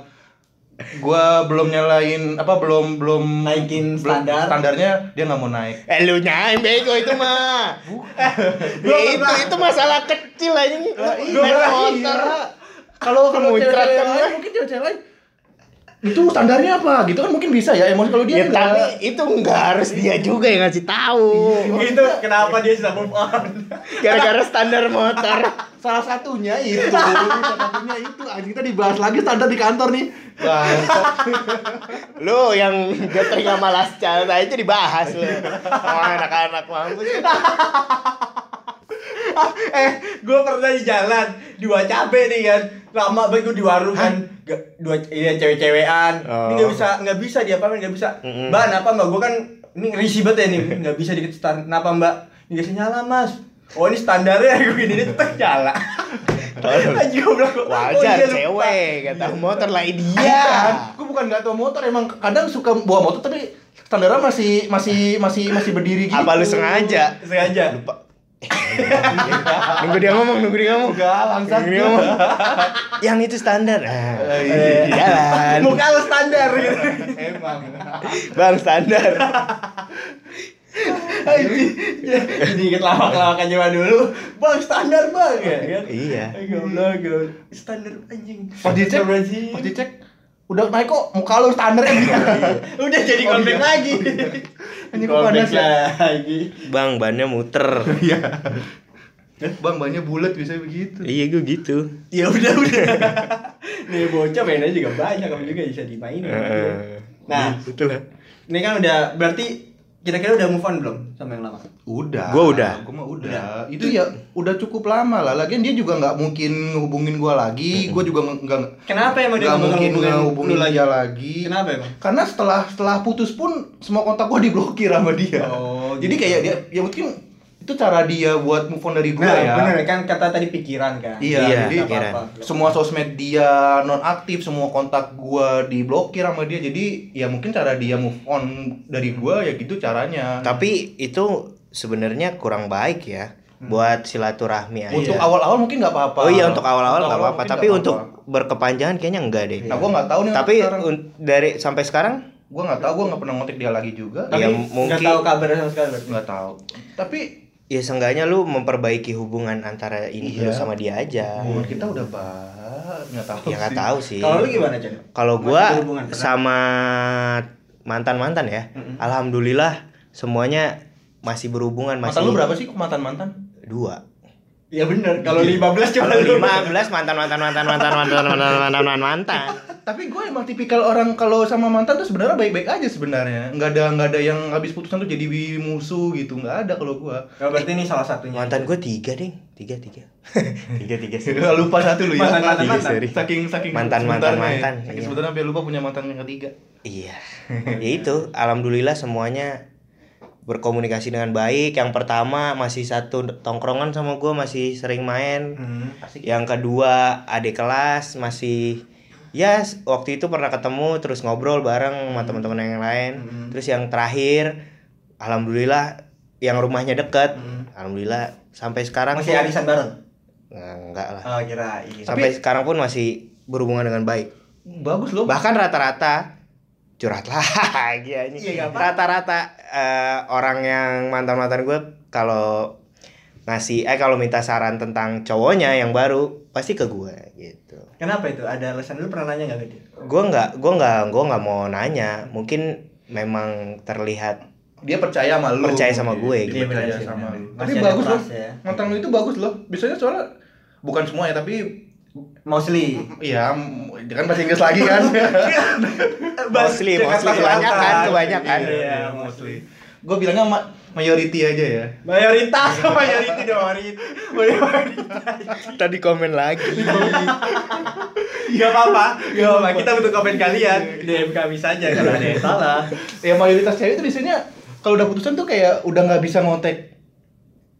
C: gua belum nyalain apa belum belum
A: Naikin
C: belum-
A: standar.
C: standarnya dia nggak mau naik
B: eh lu nyaim bego itu mah
A: Gua
B: Eh, itu
A: pernah.
B: itu masalah kecil aja
A: Gua
B: naik
A: pernah,
B: motor
A: iya.
C: kalau kalau
B: Muncrat
C: cewek-cewek
B: kan,
C: lain
B: ya.
C: mungkin cewek-cewek lain itu standarnya apa gitu kan mungkin bisa ya emosi kalau dia
A: Iya,
B: ya
C: nggak.
B: tapi itu nggak harus dia juga yang ngasih tahu
A: itu Gitu, kenapa dia sudah move on
B: gara-gara standar motor
C: Salah satunya itu, salah satunya itu. Anjing kita dibahas lagi standar di kantor nih. Bangsat.
B: lu yang gathering sama last child aja dibahas lu sama anak-anak mampus
A: eh gue pernah di jalan dua cabe nih kan lama banget gue di warung kan Ga- dua iya cewek-cewekan ini
B: Oh.
A: nggak bisa nggak bisa dia apa nggak bisa
B: Mm-mm.
A: mbak kenapa mbak gue kan ini risih banget ya nih nggak bisa dikit start kenapa mbak ini nggak bisa nyala mas oh ini standarnya gue gini dia tetap nyala
B: Tolong.
A: Aji goblok gua. Oh,
B: wajar
A: iya, lupa.
B: cewek gak tahu motor lah
C: Iya,
B: dia
C: kan? Gue bukan nggak tahu motor, emang kadang suka bawa motor tapi standarnya masih masih masih masih berdiri gitu.
B: apa lu sengaja
A: sengaja
B: lupa nunggu dia ngomong nunggu dia ngomong
C: Enggak, bangsat.
B: nunggu dia ngomong yang itu standar ah,
C: Eh,
B: jalan
A: muka lu standar gitu
C: Emang.
B: bang standar
A: jadi inget lawak-lawakan zaman dulu bang standar bang ya kan
B: iya
A: Goblok, goblok. Standar anjing.
C: Pas dicek,
A: Astagfirullahaladzim.
C: pas dicek udah naik kok muka lu standarnya gitu.
A: Udah jadi
C: Oh,
A: konflik
C: iya.
A: lagi.
C: Anjing, kok panas ya?
A: lagi.
B: bang bannya muter
C: Iya. Bang, bannya bulat bisa begitu.
B: iya gue gitu
A: Ya udah udah. Nih bocah mainnya juga banyak kamu juga bisa dimainin.
B: Eh,
A: Nah,
B: itulah
A: ini kan udah berarti kira-kira udah move on belum sama yang lama?
C: Udah.
B: Gua udah. Iya.
C: Gua mah udah. Itu ya udah cukup lama lah. Lagian dia juga nggak mungkin hubungin gua lagi. Gua juga nggak- nggak
A: Kenapa emang dia
C: nggak
A: nggak
C: mungkin
A: ngehubungin
C: hubungin
A: lu lagi?
C: lagi lagi.
A: Kenapa emang?
C: Karena setelah setelah putus pun semua kontak gua diblokir sama dia.
A: Oh,
C: Jadi
A: gitu.
C: kayak dia ya mungkin itu cara dia buat move on dari gua
A: Nah,
C: ya.
A: bener kan kata tadi pikiran kan.
C: Iya,
B: Iya,
C: jadi
A: Nggak apa-apa.
C: semua sosmed dia non aktif, semua kontak gua diblokir sama dia. Jadi ya mungkin cara dia move on dari gua ya gitu caranya.
B: tapi itu sebenarnya kurang baik ya buat silaturahmi aja
C: untuk
A: Iya.
C: awal-awal mungkin nggak apa-apa.
B: Oh iya untuk awal-awal nggak apa-apa,
C: mungkin
B: tapi
C: nggak
B: untuk
C: apa-apa.
B: berkepanjangan kayaknya enggak deh.
C: Nah, gua nggak tahu nih
B: Tapi
C: sekarang.
B: un- dari sampai sekarang
C: Gua nggak tahu, gua nggak pernah ngotek dia lagi juga.
A: Tapi
B: Ya,
A: nggak
B: mungkin-
A: tahu kabar sama sekali berarti.
C: Nggak tahu. Tapi
B: ya seenggaknya lu memperbaiki hubungan antara ini lu
C: Iya.
B: sama dia aja.
A: Iya,
C: hubungan kita udah banget nggak tahu.
B: Ya Hmm. nggak
C: sih.
B: tahu sih.
A: Kalau lu gimana, Chan?
B: Kalau
A: Masih
B: gua
A: berhubungan, pernah?
B: sama mantan-mantan ya,
A: Mm-mm.
B: alhamdulillah semuanya masih berhubungan masih
C: Mantan lu berapa sih mantan mantan?
B: Dua.
A: Ya bener, kalau 15 cuma
B: Kalau
A: lu.
B: 15 mantan mantan mantan mantan mantan mantan mantan mantan mantan.
C: Tapi gue emang tipikal orang kalau sama mantan tuh sebenarnya baik-baik aja sebenarnya. Nggak ada nggak ada yang habis putusan tuh jadi musuh gitu. Nggak ada kalau gue.
A: Oh, berarti ini salah satunya.
B: Mantan gua tiga deh, tiga tiga, tiga tiga. sih.
C: lupa satu lu ya.
A: Mantan, mantan,
B: mantan.
C: Saking saking
B: Mantan, mantan,
C: sebentar nih.
B: mantan.
C: Saking
B: Iya.
C: sebenarnya sampai lupa punya mantan yang ketiga.
B: Iya, ya itu. Alhamdulillah semuanya berkomunikasi dengan baik. Yang pertama masih satu tongkrongan sama gue masih sering main.
A: Hmm.
C: Asik.
B: Yang kedua adik kelas masih ya s- waktu itu pernah ketemu terus ngobrol bareng sama teman-teman yang lain.
A: Hmm.
B: Terus yang terakhir, alhamdulillah yang rumahnya dekat
A: Hmm.
B: alhamdulillah sampai sekarang
A: masih
B: pun-
A: arisan bareng
B: Nah, enggak lah
A: oh kirain
B: sampai sekarang pun masih berhubungan dengan baik
A: bagus loh
B: bahkan rata-rata curhat lagi anjing.
A: Iya, nggak apa-apa.
B: rata-rata eh, orang yang mantan-mantan gue kalau ngasih eh kalau minta saran tentang cowoknya yang baru pasti ke gue gitu
A: kenapa itu ada alasan lu pernah nanya nggak ke dia
B: gue nggak gue nggak gue nggak mau nanya mungkin memang terlihat
C: Dia percaya sama lu.
B: Percaya sama gue,
C: Dia
B: gitu.
C: percaya
A: sih,
C: sama
A: bener.
C: lu. Iya, Tapi
A: Masih ada
C: bagus loh.
A: trust ya.
C: Mantan lu itu bagus loh. Biasanya soalnya bukan semua ya, tapi
A: mostly
C: ya dia kan bahasa Inggris lagi kan.
B: Mostly, kan,
A: Jakarta
B: mostly.
A: Selatan.
B: Kebanyakan, kebanyakan.
A: kan, Iya,
C: Iya,
A: mostly.
C: gue bilangnya ma- mayority aja ya.
A: Mayoritas, mayoriti dong, mayoriti. Mayoritas.
B: tadi komen lagi
A: Gak Iya, apa-apa, gak apa-apa. Kita butuh komen kalian. DM kami saja kalau ada yang salah.
C: Ya mayoritas cewek itu biasanya kalau udah putusan tuh kayak udah nggak bisa ngontek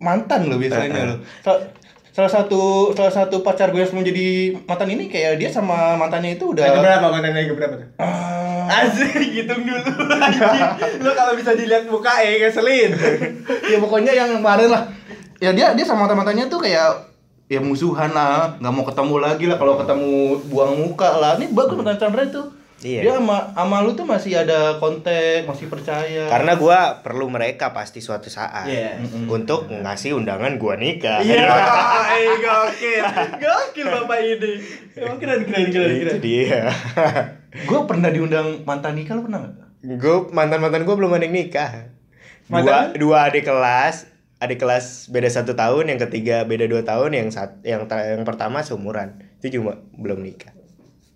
C: mantan loh biasanya loh. Sal- Salah satu salah satu pacar gue yang sebelum jadi mantan ini kayak dia sama mantannya itu
A: Lagi
C: udah
A: berapa mantan lagi berapa tuh?
C: Ah,
A: Asik, hitung dulu anjing. Lu kalau bisa dilihat muka eh ngeselin.
C: ya pokoknya yang kemarin lah ya dia dia sama mantannya tuh kayak ya musuhan lah nggak mau ketemu lagi lah kalau ketemu buang muka lah ini bagus mantan Chandra itu
B: Hmm. Iya.
C: dia sama sama lu tuh masih ada kontak masih percaya
B: karena gue perlu mereka pasti suatu saat
A: Iya.
B: untuk ngasih undangan gue nikah
A: Iya, eh gokil. Gokil Bapak ini. Emang keren keren keren keren.
B: itu dia
C: gue pernah diundang mantan nikah lu pernah nggak
B: gue mantan mantan gue belum ada yang nikah dua
A: Mantan?
B: dua adik kelas adik kelas beda satu tahun yang ketiga beda dua tahun yang sat, yang ter- yang pertama seumuran itu cuma belum nikah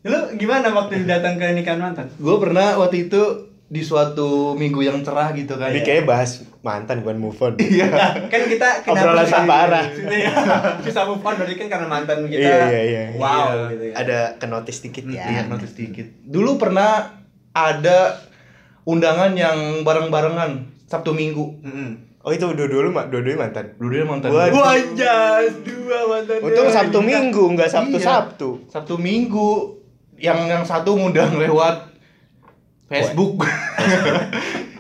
A: Lu gimana waktu datang ke nikahan mantan?
C: gue pernah waktu itu di suatu minggu yang cerah gitu
A: Oh,
C: kan
A: iya.
B: ini kayaknya bahas mantan bukan move on
A: Nah, kan kita
B: Obrolan
A: susah-
B: tanpa arah.
A: Iya. Susah move on berarti kan karena mantan kita.
B: iya iya iya
A: Wow
B: Iya.
A: gitu ya.
B: ada kenotis dikit ya
C: Iya, notice sedikit. Dulu pernah ada undangan yang bareng-barengan Sabtu Minggu.
A: Mm-mm.
B: oh itu dua dulu mak dua dua mantan
C: Dulu dia mantan.
B: Waduh.
C: gua.
A: Wah, anjas, dua mantan.
B: untung
A: dia. Iya.
B: sabtu minggu nggak sabtu
C: Iya.
B: sabtu
C: Sabtu Minggu yang yang satu ngundang lewat Facebook.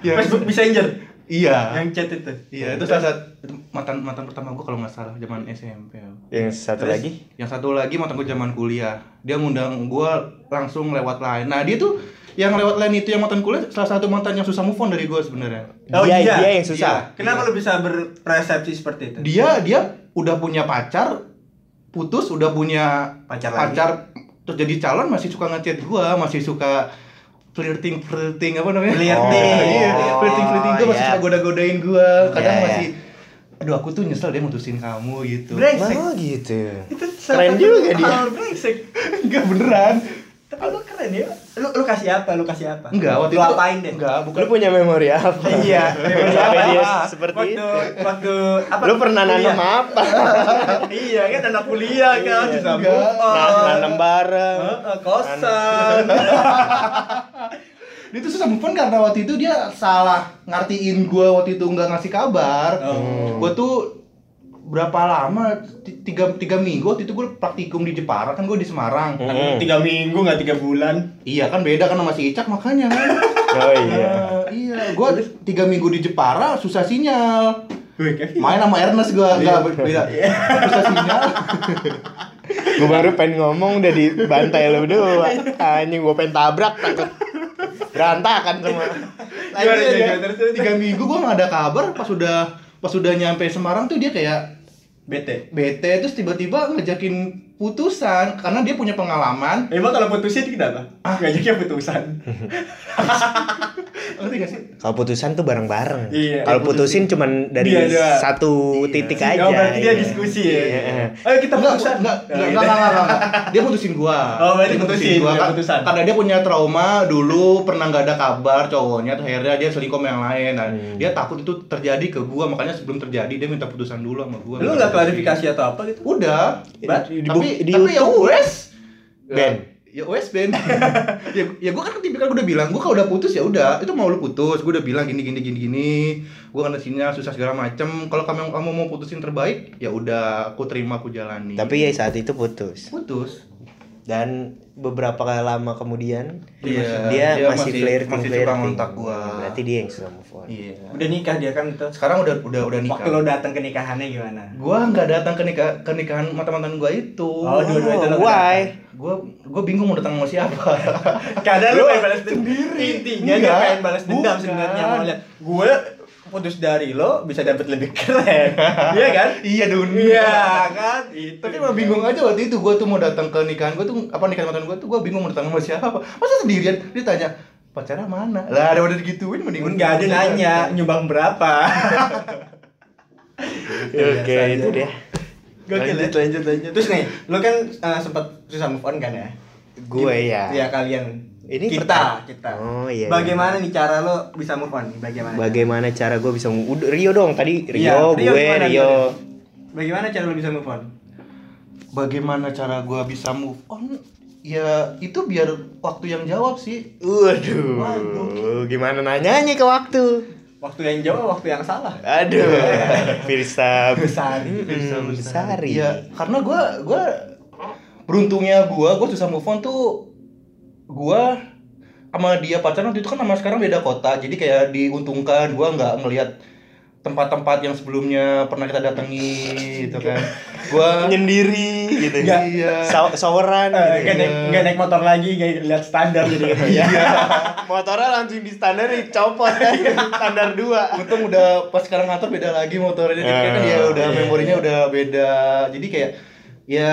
C: Yang-
A: Facebook Messenger
C: Iya.
A: yang chat itu.
C: Iya, itu salah satu mantan mantan pertama gua kalau nggak salah zaman SMP.
B: yang satu
A: Terus?
B: lagi
C: Yang satu lagi mantan gua zaman kuliah. Dia ngundang gua langsung lewat line. Nah, dia tuh yang lewat line itu yang mantan kuliah salah satu mantan yang susah move on dari gua sebenarnya.
A: Oh,
B: dia
A: iya.
B: dia yang susah
A: Kenapa lu bisa berpersepsi seperti itu?
C: Iya, dia dia udah punya pacar putus udah punya
A: Pacar lagi.
C: pacar terus jadi calon masih suka ngechat gua masih suka flirting flirting apa namanya
A: Flirting.
C: Oh, iya
B: Oh,
C: flirting flirting gua masih
B: iya.
C: suka goda godain gua
B: Iya,
C: kadang
B: iya.
C: masih aduh aku tuh nyesel dia mutusin kamu gitu
A: Brengsek.
B: Oh gitu.
A: Itu salah
B: Keren
A: satu
B: juga dia.
A: hal brengsek.
C: enggak beneran
A: Tapi lu keren ya. Lu lu kasih apa? Lu kasih apa?
C: enggak waktu
A: lu
C: itu
A: apain deh?
C: enggak bukan
B: Lu punya memori apa?
A: Iya,
B: memori apa dia
A: Ah,
B: seperti
A: waktu,
B: itu?
A: Waktu apa?
B: Lu pernah nanam
A: Kuliah.
B: apa?
A: iya kan anak kuliah kan
B: Iya.
A: susah
C: Enggak.
A: move on.
B: Nah, nanam bareng.
A: Heeh, kosan
C: dia tuh susah move on karena waktu itu dia salah ngertiin gua waktu itu nggak ngasih kabar
A: Oh.
C: gua tuh berapa lama Ti- tiga, tiga minggu waktu itu gua praktikum di Jepara kan gua di Semarang
B: Hmm.
A: tiga minggu nggak tiga bulan
C: iya kan beda kan sama si Icak makanya kan
B: Oh iya.
C: Eh, iya gua tiga minggu di Jepara susah sinyal
A: Wih, Kevin.
C: main sama Ernest gua
A: Iya.
C: nggak beda susah sinyal
B: Gue baru pengen ngomong udah dibantai lu berdua. Anjing gua pengen tabrak takut berantakan semua.
A: Gimana, gimana,
C: Iya, iya.
A: terus, terus.
C: tiga minggu gua nggak ada kabar pas udah pas udah nyampe Semarang tuh dia kayak
A: bete
C: bete terus tiba-tiba ngejakin putusan karena dia punya pengalaman
A: emang Eh, kalau putusin kenapa
C: Ah.
A: ngajaknya putusan
C: ngerti gak sih
B: Kalau putusan tuh bareng-bareng.
A: Iya,
B: Kalau
A: iya,
B: putusin cuman dari
A: Iya, iya.
B: satu titik
A: oh
B: aja.
A: berarti dia
B: Iya.
A: diskusi ya
B: Iya.
A: ayo kita
C: Enggak,
A: putusan
C: enggak,
A: Oh,
C: enggak,
A: gitu.
C: enggak, enggak, enggak, enggak. Dia putusin gua.
A: Oh, berarti
C: Dia
A: putusin,
C: gua.
A: dia
C: Ka-
A: putusan.
C: Karena dia punya trauma dulu pernah nggak ada kabar cowoknya, terus akhirnya dia selingkuh sama yang lain. Nah,
A: Hmm.
C: dia takut itu terjadi ke gua, makanya sebelum terjadi dia minta putusan dulu sama gua.
A: lu nggak klarifikasi atau apa gitu
C: Udah.
A: Ba-
B: Di- di-
C: tapi
B: di
C: tapi ya
B: YouTube.
C: wes.
B: Ben.
C: Ya wes Ben. ya, ya gua kan tipikal gua udah bilang, gua kalau udah putus ya udah, itu mau lu putus, gua udah bilang gini gini gini gini. Gua kan sinyal susah segala macem. Kalau kamu kamu mau putusin terbaik, ya udah aku terima aku jalani.
B: Tapi ya saat itu putus.
C: putus.
B: dan beberapa kali lama kemudian
C: Iya,
B: dia,
C: dia
B: masih,
C: masih-
B: flirting
C: masih suka
B: flirting
C: ngontak gua.
B: berarti dia yang sudah move on
C: Iya.
A: Udah nikah dia kan itu.
C: Sekarang udah udah udah nikah.
A: Waktu lo datang ke nikahannya gimana?
C: Gua nggak datang ke nikah ke nikahan mantan-mantan gua itu.
A: Oh, dua-dua itu lo
B: why
C: Gua gua bingung mau datang sama siapa.
A: Kadang lu
B: Lu
A: pengen balas dendam. Intinya dia
C: Enggak,
A: pengen balas dendam
C: bukan.
A: sebenarnya mau lihat gue putus dari lo bisa dapat lebih keren. Iya kan?
C: iya, Dun.
A: Iya kan? Itu.
C: Tapi emang bingung aja waktu itu gua tuh mau datang ke nikahan gua tuh apa nikahan mantan gua tuh gua bingung mau datang sama siapa. Masa sendirian dia tanya pacarnya mana? Lah ada udah digituin mending
A: Enggak ada nanya nyumbang berapa.
B: oke
A: Biasa
B: itu
A: aja.
B: dia
A: Gokil
B: Lanjut,
A: ya? lanjut lanjut. Terus nih, lo kan eh, sempat susah move on kan ya?
B: Gue
A: Gim-
B: ya.
A: Iya kalian.
B: Ini
A: kita,
B: pertanyaan-
A: kita.
B: Oh, iya,
A: Bagaimana nih cara lo bisa move on? Bagaimana?
B: bagaimana cara gue bisa move Udah, Rio dong tadi Rio
A: Iya,
B: gue
A: gimana,
B: Rio
A: gimana? Bagaimana cara lo bisa move on?
C: Bagaimana cara gua bisa move on? Ya itu biar waktu yang jawab sih.
B: waduh
C: Waduh.
B: gimana nanyanya ke waktu
A: Waktu yang jauh, waktu yang salah.
B: aduh Iya, Firsa
A: Besar.
B: Mm, Besari
C: Iya, karena gua gua beruntungnya gua gua susah move on tuh gua sama dia pacaran waktu itu kan sama sekarang beda kota. Jadi kayak diuntungkan gua nggak ngelihat tempat-tempat yang sebelumnya pernah kita datangi gitu kan. Gua
B: nyendiri gitu
C: Nggak. Iya.
B: Saw- saweran
A: Eh,
B: gitu.
A: Nggak naik, nggak naik motor lagi, nggak lihat standar jadi gitu
B: Iya.
A: ya.
B: motornya langsung di standar dicopot standar dua
C: untung udah pas sekarang ngatur beda lagi motornya jadi kayak kan
A: Ah,
C: ya udah
B: Iya.
C: memorinya udah beda. Jadi kayak ya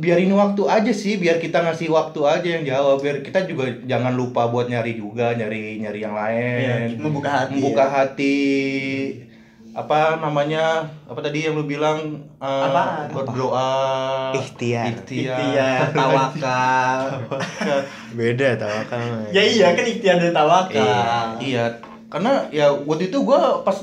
C: biarin waktu aja sih biar kita ngasih waktu aja yang jawab biar kita juga jangan lupa buat nyari juga nyari nyari yang lain
A: Iya, membuka hati,
C: membuka
A: ya.
C: hati apa namanya apa tadi yang lu bilang eh,
A: Apaan?
C: berdoa
B: Ikhtiar.
C: ikhtiar,
A: Ikhtiar, tawakal.
B: beda tau kan
A: ya iya kan ikhtiar dan tawakal.
C: Iya, karena ya waktu itu gue pas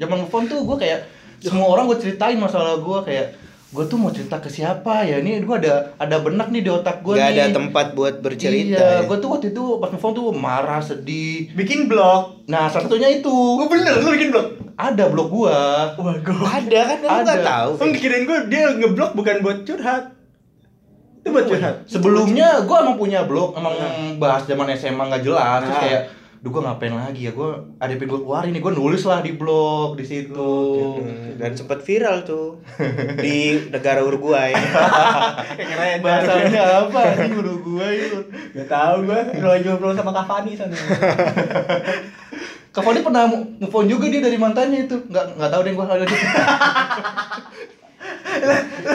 C: zaman move on tuh gue kayak semua orang gue ceritain masalah gue kayak gue tuh mau cerita ke siapa ya ini gue ada ada benak nih di otak gue
B: Gak
C: nih.
B: ada tempat buat bercerita. ya.
C: Iya, gue tuh waktu itu pas move on tuh marah sedih.
A: Bikin blog.
C: Nah salah satunya itu
A: Oh bener, lu bikin blog.
C: ada blog gue.
A: Wah, gue.
B: Ada kan lu
C: Ada.
B: gak tahu.
A: Lu kirain gue dia ngeblok bukan buat curhat. Itu buat curhat.
C: Sebelumnya gue emang punya blog emang
B: Nah.
C: bahas zaman SMA nggak jelas terus
A: Nah.
C: kayak Duh gue ngapain lagi ya, gue ada yang gue keluarin nih, gue nulis lah di blog, di situ
B: Hmm, Dan sempat viral tuh di negara Uruguay.
A: Keren
C: Bahasanya apa nih guru gue itu?
A: Gak tau gue, lu lagi ngobrol sama Cavani sana
C: Cavani pernah move on juga dia dari mantannya itu. Nggak nggak tahu deh gue lagi.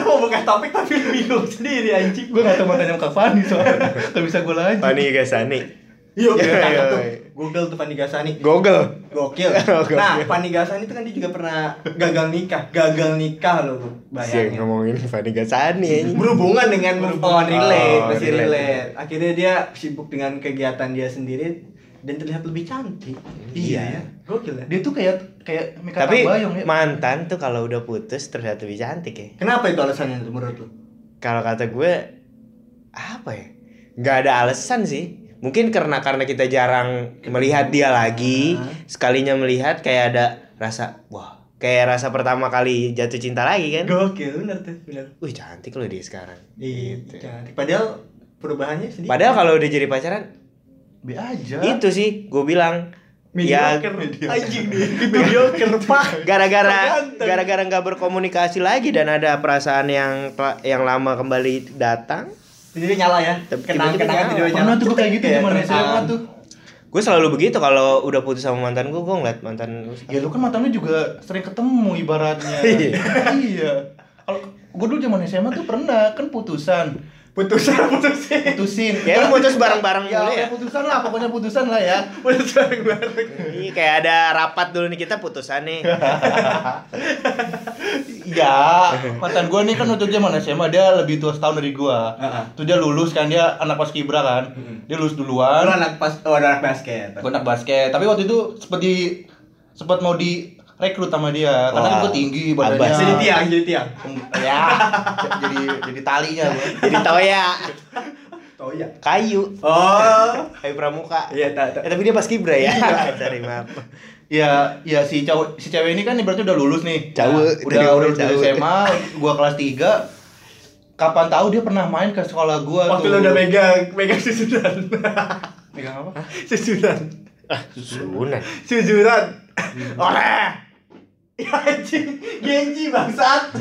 A: Lu mau buka topik tapi lu bingung sendiri anjing
C: gue nggak tahu mantannya Cavani soalnya. Nggak bisa gue lanjut.
B: Fani Gasani.
A: Yuk,
B: Iya,
A: kita
B: iya,
A: tuh
B: iya.
A: Google tuh Fandi Gasani
B: Google.
A: Gokil.
B: Gokil.
A: Nah, Fandi Gasani itu kan dia juga pernah gagal nikah, gagal nikah loh
B: Sih
A: bayangin.
B: ngomongin Fani Gasani. anjing.
A: Berhubungan dengan move on, relate,
B: Oh,
A: masih
B: relate.
A: relate. Akhirnya dia sibuk dengan kegiatan dia sendiri dan terlihat lebih cantik.
B: Iya.
A: Gokil ya.
C: Dia tuh kayak kayak Mika
B: Tapi
C: Tambayong ya.
B: mantan tuh kalau udah putus terlihat lebih cantik ya.
A: Kenapa itu alasannya tuh menurut lu?
B: Kalau kata gue apa ya? Gak ada alasan sih. Mungkin karena karena kita jarang melihat dia lagi. Sekalinya melihat kayak ada rasa wah. Kayak rasa pertama kali jatuh cinta lagi kan.
A: Gokil, bener tuh, bener.
B: Wih cantik loh dia sekarang.
A: Iya,
B: Gitu.
A: cantik. Padahal perubahannya sedikit.
B: Padahal kalau udah jadi pacaran
C: Be
A: Ya.
C: aja.
B: itu sih gue bilang ya
A: mediocre, anjing deh, mediocre pak.
B: gara-gara
A: Tergantung.
B: gara-gara nggak berkomunikasi lagi dan ada perasaan yang tela- yang lama kembali datang.
A: Jadi nyala ya,
B: Tiba-tiba
A: kenang-kenangan
B: nyala.
A: tiba-tiba nyala.
C: Pernah tuh gue kayak gitu
A: Ya,
C: zaman SMA
A: terang.
C: tuh.
B: Gue selalu begitu kalau udah putus sama mantan gue, gue ngeliat mantan lu.
A: Iya.
C: Ya lu kan mantan lu juga sering ketemu ibaratnya.
B: Iya.
C: iya. Kalau gue dulu zaman SMA tuh pernah kan putusan.
A: Putusin, putusin.
C: Putusin.
B: Ya, lu putus bareng-bareng
C: ya,
B: dulu
C: ya.
B: ya.
C: putusan lah, pokoknya putusan lah ya.
A: Putus bareng-bareng.
B: Ini kayak ada rapat dulu nih kita putusan nih.
C: Iya, mantan gue nih kan waktu zaman SMA dia lebih tua setahun dari gue.
A: Heeh.
C: Tuh dia lulus kan dia anak pas kibra kan. Dia lulus
A: Lu
C: duluan.
A: anak pas oh, anak basket.
C: Gue anak basket. Tapi waktu itu sempet di sempet mau direkrut sama dia karena kan
B: Wah.
C: gue tinggi
B: Abas.
A: Jadi
C: badannya.
A: tiang, jadi tiang.
C: Ya, j- jadi jadi talinya gue.
B: Jadi toya
A: Oh iya.
B: kayu.
A: Oh.
B: Kayu pramuka.
A: Iya, tak tak.
B: Eh, tapi dia pas kibra ya. Sorry maaf.
C: Ya, ya si cewek si cewek ini kan ibaratnya udah lulus nih.
B: Cewek,
C: udah
B: tadi
C: udah
B: ngomongnya
C: lulus dari
B: cewek.
C: SMA, gua kelas 3. kapan tahu dia pernah main ke sekolah gua
A: Waktu
C: tuh.
A: lo udah megang, megang susunan.
C: megang apa?
A: susunan.
B: Sunan.
A: Susunan. Oleh. Ya anjing, Genji bangsat.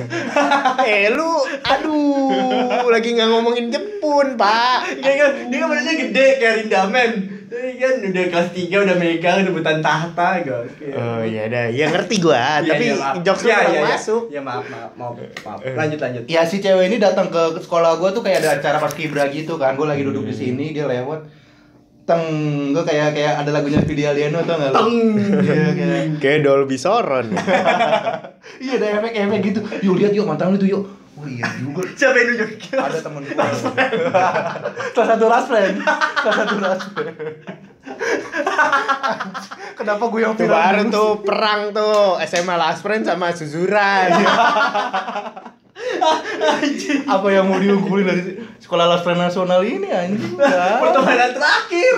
B: eh lu, aduh, lagi nggak ngomongin Jepun pak.
A: Dia kan, dia kan badannya gede kayak Rindamen. Tapi kan udah kelas 3 udah megang rebutan tahta gua.
B: Oh iya dah, ya
A: Iya,
B: ngerti gua, tapi jokes lu kurang masuk.
A: Ya maaf, maaf, maaf, maaf. Lanjut, lanjut.
C: Ya si cewek ini datang ke sekolah gua tuh kayak ada acara paskibra gitu kan. Gua lagi duduk di sini, dia lewat. Teng, gua kayak kayak ada lagunya Vidi Aliano tau gak lu?
A: Teng.
C: Iya kayak
B: Kayak Dolby ya. Soron.
C: Iya ada efek-efek gitu. Yuk lihat yuk mantan lu tuh yuk. Oh iya juga.
A: Siapa yang nunjukin?
C: Ada temen gua. Salah satu last friend. Salah satu last friend. Kenapa gue yang
B: Tuh
C: viral
B: baru
C: dulu
B: tuh perang tuh SMA Last Friend sama
A: Iya.
B: Suzuran.
C: sih? Apa yang mau diungkulin dari sekolah last friend nasional ini anjing? Udah.
A: Pertemanan terakhir.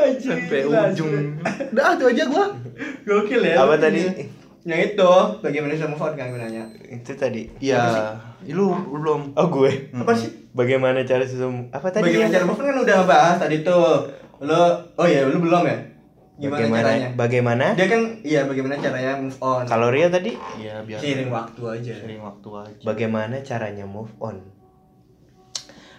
A: Anjing.
C: Sampai
A: Mas.
C: ujung. Udah tuh aja gua.
A: Gokil ya.
B: Apa tadi?
A: Yang itu, bagaimana bisa move on kan gue nanya.
B: Itu tadi.
C: Iya. Lu lu belum.
B: Oh gue.
A: Apa sih?
B: Bagaimana cara susum? Apa tadi?
A: bagaimana cara move on kan udah ngebahas tadi tuh. Lo oh iya, lu belum ya? Gimana caranya?
B: Bagaimana?
A: Dia kan iya bagaimana caranya move on?
B: Kalau Rio tadi,
C: Iya biasa.
A: seiring waktu aja.
C: Sering waktu aja.
B: bagaimana caranya move on?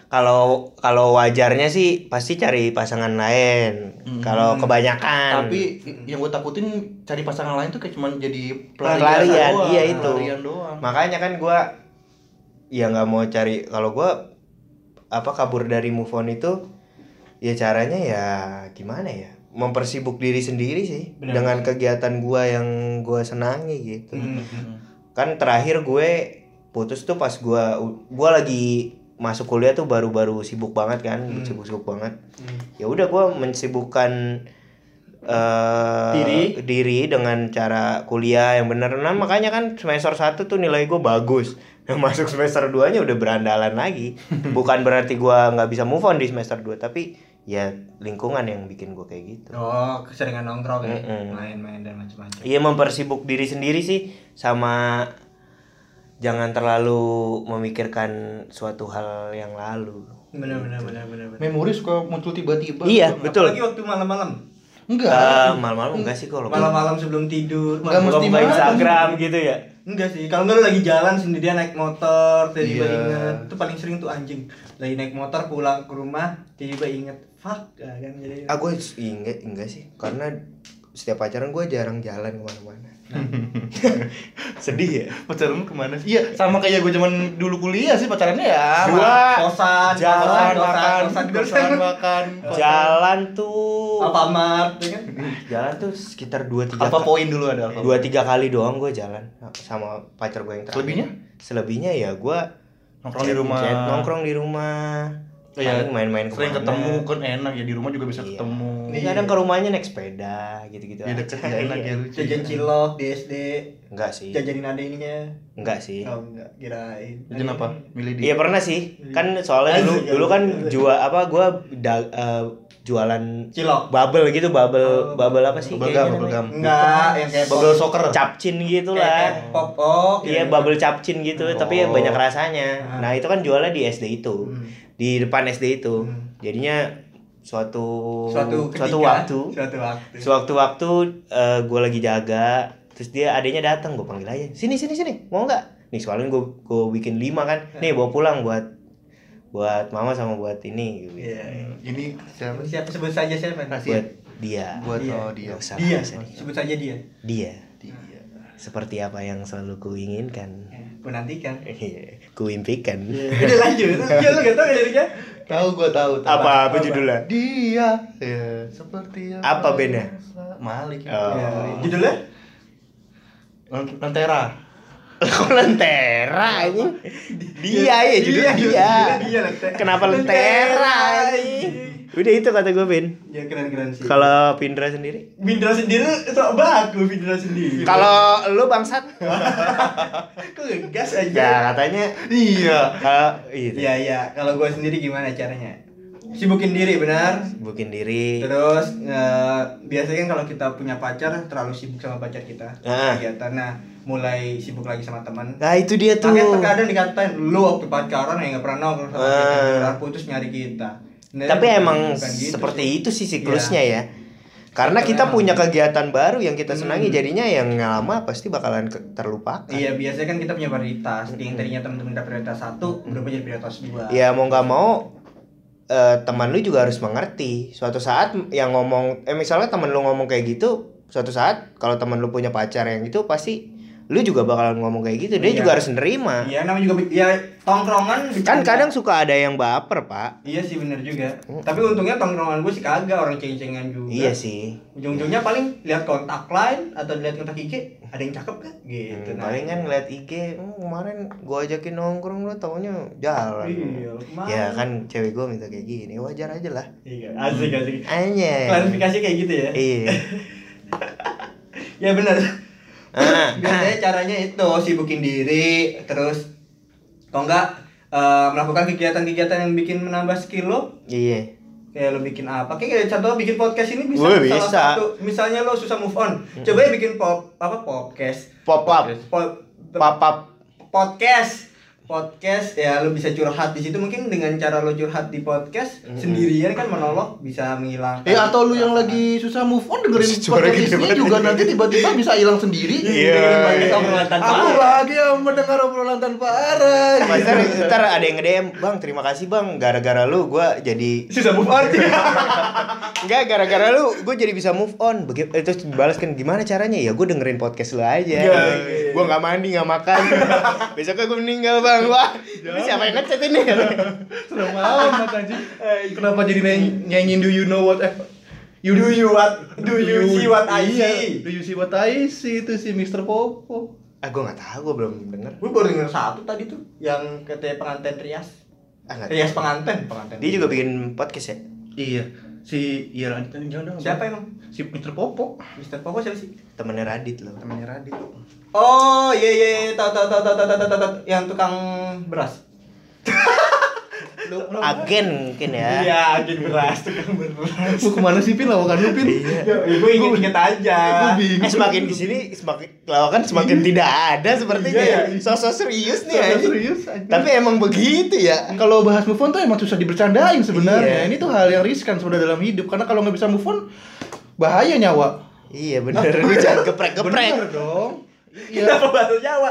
B: Kalau kalau wajarnya sih pasti cari pasangan lain.
A: Hmm.
C: Mm.
B: Kalau kebanyakan.
C: Tapi yang gue takutin cari pasangan lain tuh kayak cuman jadi
B: Pelarian,
C: doang,
B: iya itu.
C: Pelarian doang.
B: makanya kan gua ya nggak mau cari kalau gua apa kabur dari move on itu ya caranya ya gimana ya mempersibuk diri sendiri sih
A: Benar.
B: dengan kegiatan gua yang gua senangi gitu
A: Hmm.
B: kan terakhir gue putus tuh pas gua gua lagi masuk kuliah tuh baru-baru sibuk banget kan
A: Hmm.
B: sibuk-sibuk banget
A: Hmm.
B: ya udah gua mensibukkan eh,
A: Diri.
B: dengan cara kuliah yang bener nah makanya kan semester 1 tuh nilai gue bagus Yang masuk semester 2 nya udah berandalan lagi bukan berarti gua nggak bisa move on di semester 2 tapi ya lingkungan yang bikin gue kayak gitu
A: Oh, keseringan nongkrong ya,
B: Mm-mm.
A: main-main dan macam-macam.
B: Iya mempersibuk diri sendiri sih sama jangan terlalu memikirkan suatu hal yang lalu.
A: Benar benar benar benar. benar.
C: Memori suka muncul tiba-tiba.
B: Iya,
C: Gua-
B: betul.
A: Apalagi waktu malam-malam.
C: Enggak.
B: Eh, malam-malam enggak sih kalau
A: Malam-malam sebelum tidur,
C: Nggak
A: malam-
C: mesti
B: buka
C: malam.
B: Instagram gitu ya.
A: Enggak sih, kalau enggak lu lagi jalan sendirian naik motor, tiba-tiba
C: Iya.
A: inget Itu paling sering tuh anjing Lagi naik motor pulang ke rumah, tiba-tiba inget Fuck, ah, kan jadi
B: Ah gue enggak enggak sih karena setiap pacaran gue jarang jalan kemana-mana. Sedih ya.
C: Pacaran lu kemana sih? Iya, sama kayak gue zaman dulu kuliah sih pacarannya ya.
B: Gua
A: Kosan, kosan,
B: jalan,
A: kosan, kosan, kosan,
C: makan.
B: Jalan tuh
A: Apa mart, ya kan?
B: jalan tuh sekitar 2 3
C: Apa poin dulu ada apa?
B: dua tiga kali doang gue jalan sama pacar gue yang terakhir
C: Selebihnya?
B: selebihnya ya gue
C: Nongkrong di rumah.
B: nongkrong di rumah
C: Oh, iya.
B: Paling main-main
C: Sering
B: kemana.
C: ketemu kan enak ya di rumah juga bisa
B: Iya.
C: ketemu.
B: Ini kadang ke rumahnya naik sepeda gitu-gitu
C: Ya deket ya enak ya lucu.
A: Jajan cilok di SD
B: Enggak sih.
A: Jajanin adeknya
B: Enggak sih.
A: Oh enggak, kirain
C: Jajan apa? Milih di.
B: Iya pernah sih. Kan soalnya
A: Asik,
B: dulu
A: asik.
B: dulu kan jual apa gua da- eh, jualan
A: Cilok
B: bubble gitu, bubble
A: Oh.
B: bubble apa sih?
C: Bubble
B: kayaknya
C: gum, bubble
B: namanya?
C: gum.
A: Enggak, yang kayak
C: Bagel
A: pop-
C: soccer.
B: Capcin gitu
A: kayak- kayak
B: lah.
A: Pop, oh
B: Iya, bubble capcin gitu, tapi ya
C: Oh.
B: banyak rasanya.
A: Ah.
B: Nah, itu kan jualnya di SD itu.
A: Hmm.
B: Di depan SD itu.
A: Hmm.
B: Jadinya suatu
A: Suatu ketika
B: suatu waktu
A: Suatu waktu
B: Sewaktu-waktu gue lagi jaga, terus dia adanya datang, gue panggil aja. Sini sini sini, mau nggak? Nih soalnya gue gue bikin lima kan. Nih bawa pulang buat buat mama sama buat ini, gitu.
A: Iya
C: Ini siapa sih?
A: Siapa sebut saja siapa?
B: buat dia.
C: Buat
A: Iya.
C: oh dia. Iya.
B: Nggak usah,
A: Dia,
B: nggak usah.
A: sebut saja dia
B: Dia.
C: Dia.
B: Seperti apa yang selalu kuinginkan, Iya.
A: Gue nantikan
B: kuimpikan.
A: Udah lanjut, ya lu gak tau ya liriknya?
C: Tahu gua tahu. tahu.
B: Apa apa judulnya?
C: Dia. Ya, seperti
B: Apa bandnya?
C: Malik.
B: Oh.
A: Ya, Judulnya?
C: Lentera.
B: Kok lentera ini? Dia ya judulnya
A: Iya, judulnya
B: dia.
A: dia, Lentera. iya.
B: Kenapa
A: Lentera,
B: lentera anjing?
A: anjing.
B: Udah itu kata gue Vin.
A: Ya keren-keren sih
B: Kalau Pindra sendiri?
A: Bindra sendiri, sok baku Bindra sendiri
B: Kalau lu bangsat?
A: Kok ngegas aja?
B: Ya katanya Ah,
C: Iya.
B: kalau itu
A: Iya, iya Kalau gue sendiri gimana caranya? Sibukin diri, benar?
B: bukin diri.
A: Terus eh, biasanya kan kalau kita punya pacar terlalu sibuk sama pacar kita
B: Ah.
A: kegiatan. Nah mulai sibuk lagi sama teman
B: Nah itu dia tuh.
A: Makanya kan terkadang dikatain lu waktu pacaran yang nggak pernah nongkrong sama kita,
B: Ah.
A: udah putus nyari kita. Nah,
B: Tapi
A: bukan-
B: emang
A: bukan gitu
B: seperti
A: sih.
B: itu sih siklusnya ya. Karena kita
A: Emang. gitu.
B: punya kegiatan baru yang kita senangi
A: Hmm.
B: jadinya yang lama pasti bakalan ke- terlupakan.
A: Iya biasanya kan kita punya prioritas. Yang tadinya teman-teman udah prioritas satu, berubah jadi prioritas dua.
B: Ya mau nggak mau eh, teman lu juga harus mengerti. Suatu saat yang ngomong eh misalnya teman lu ngomong kayak gitu, suatu saat kalau teman lu punya pacar yang itu pasti lu juga bakalan ngomong kayak gitu. Dia
A: Iya.
B: juga harus nerima.
A: Iya namanya juga bi- ya tongkrongan.
B: Kan
A: bercanda.
B: kadang suka ada yang baper, Pak.
A: Iya sih bener juga. Tapi untungnya tongkrongan gue sih kagak orang ceng-cengan juga.
B: Iya sih.
A: Ujung-ujungnya paling lihat kontak lain atau lihat kontak IG, ada yang cakep kan? Gitu.
B: Hmm,
A: nah.
B: paling kan ngeliat IG, "Oh, kemarin gua ajakin nongkrong lu taunya jalan.
A: Iya, lu kemana?
B: Ya kan cewek gua minta kayak gini, wajar aja lah.
A: Iya,
B: Mm.
A: asik asik.
B: Eh. Anjay.
A: Klarifikasi kayak gitu ya.
B: Iya.
A: Ya benar.
B: Ah,
A: biasanya caranya itu sibukin diri terus kalau enggak eh, melakukan kegiatan-kegiatan yang bikin menambah skill lo
B: Iya.
A: kayak lo bikin apa kayak contoh bikin podcast ini bisa, salah
B: Wih, bisa.
A: satu misalnya lo susah move on coba ya bikin pop apa podcast
B: Pop up,
A: Po-
B: pop up.
A: podcast podcast ya lo bisa curhat di situ mungkin dengan cara lo curhat di podcast sendirian kan monolog bisa menghilangkan
C: Eh atau lu yang lagi susah move on dengerin
B: Bisa suara
C: podcast
B: gede
C: ini
B: banget.
C: juga nanti tiba-tiba bisa hilang sendiri.
B: Iya.
A: Iya.
C: Aku bahagia mendengar obrolan tanpa arah.
B: Pasar ntar ada yang nge-DM, Bang terima kasih bang, gara-gara lu gua jadi
A: susah move on
B: Enggak, gara-gara lu gue jadi bisa move on Baga- eh, Terus balas kan, gimana caranya? Ya gue dengerin podcast lu aja
A: Iya.
B: Gue gak mandi, gak makan Besoknya gue meninggal bang, wah Ini siapa yang ngechat ini?
C: Serem amat anjing. Kenapa jadi nyanyi- nyanyiin do you know what I- you
B: Iya.
A: Do you what- do you see what I
C: Iya,
A: see?
C: Do you see what I see itu si Mr. Popo.
B: ah gue gak tau, gue belum denger
A: gue baru denger satu tadi tuh yang katanya pengantin Rias
B: ah, nggak tahu.
A: Rias pengantin pengantin
B: Dia juga bikin podcast ya?
C: Iya. Si iya lanjut jangan dong.
A: siapa emang
C: Si Mr. Popo.
A: Mister Popo siapa sih
B: Temennya Radit loh
C: Temannya Radit.
A: oh iya iya iya, tahu tahu tahu tahu tahu tahu tahu, tahu. yang tukang beras
B: Agen mungkin ya
A: iya agen beras tukang beras
C: Lu kemana sih Pin lawakan lu Pin?
A: ya, gue inget inget aja
C: Gua bingung.
B: Eh semakin kesini, semakin lawakan semakin tidak ada sepertinya
C: Iya,
B: ya
C: iya.
B: Sosok serius nih
C: Serius,
B: anjing.
C: serius, anjing.
B: Tapi emang begitu ya
C: kalau bahas move on tuh emang susah dibercandain sebenarnya.
B: Iya.
C: Ini tuh hal yang riskan sebenarnya dalam hidup karena kalau nggak bisa move on bahaya nyawa.
B: Iya bener, lu jangan geprek-geprek
C: Bener dong. Iya.
A: kenapa bahasa Jawa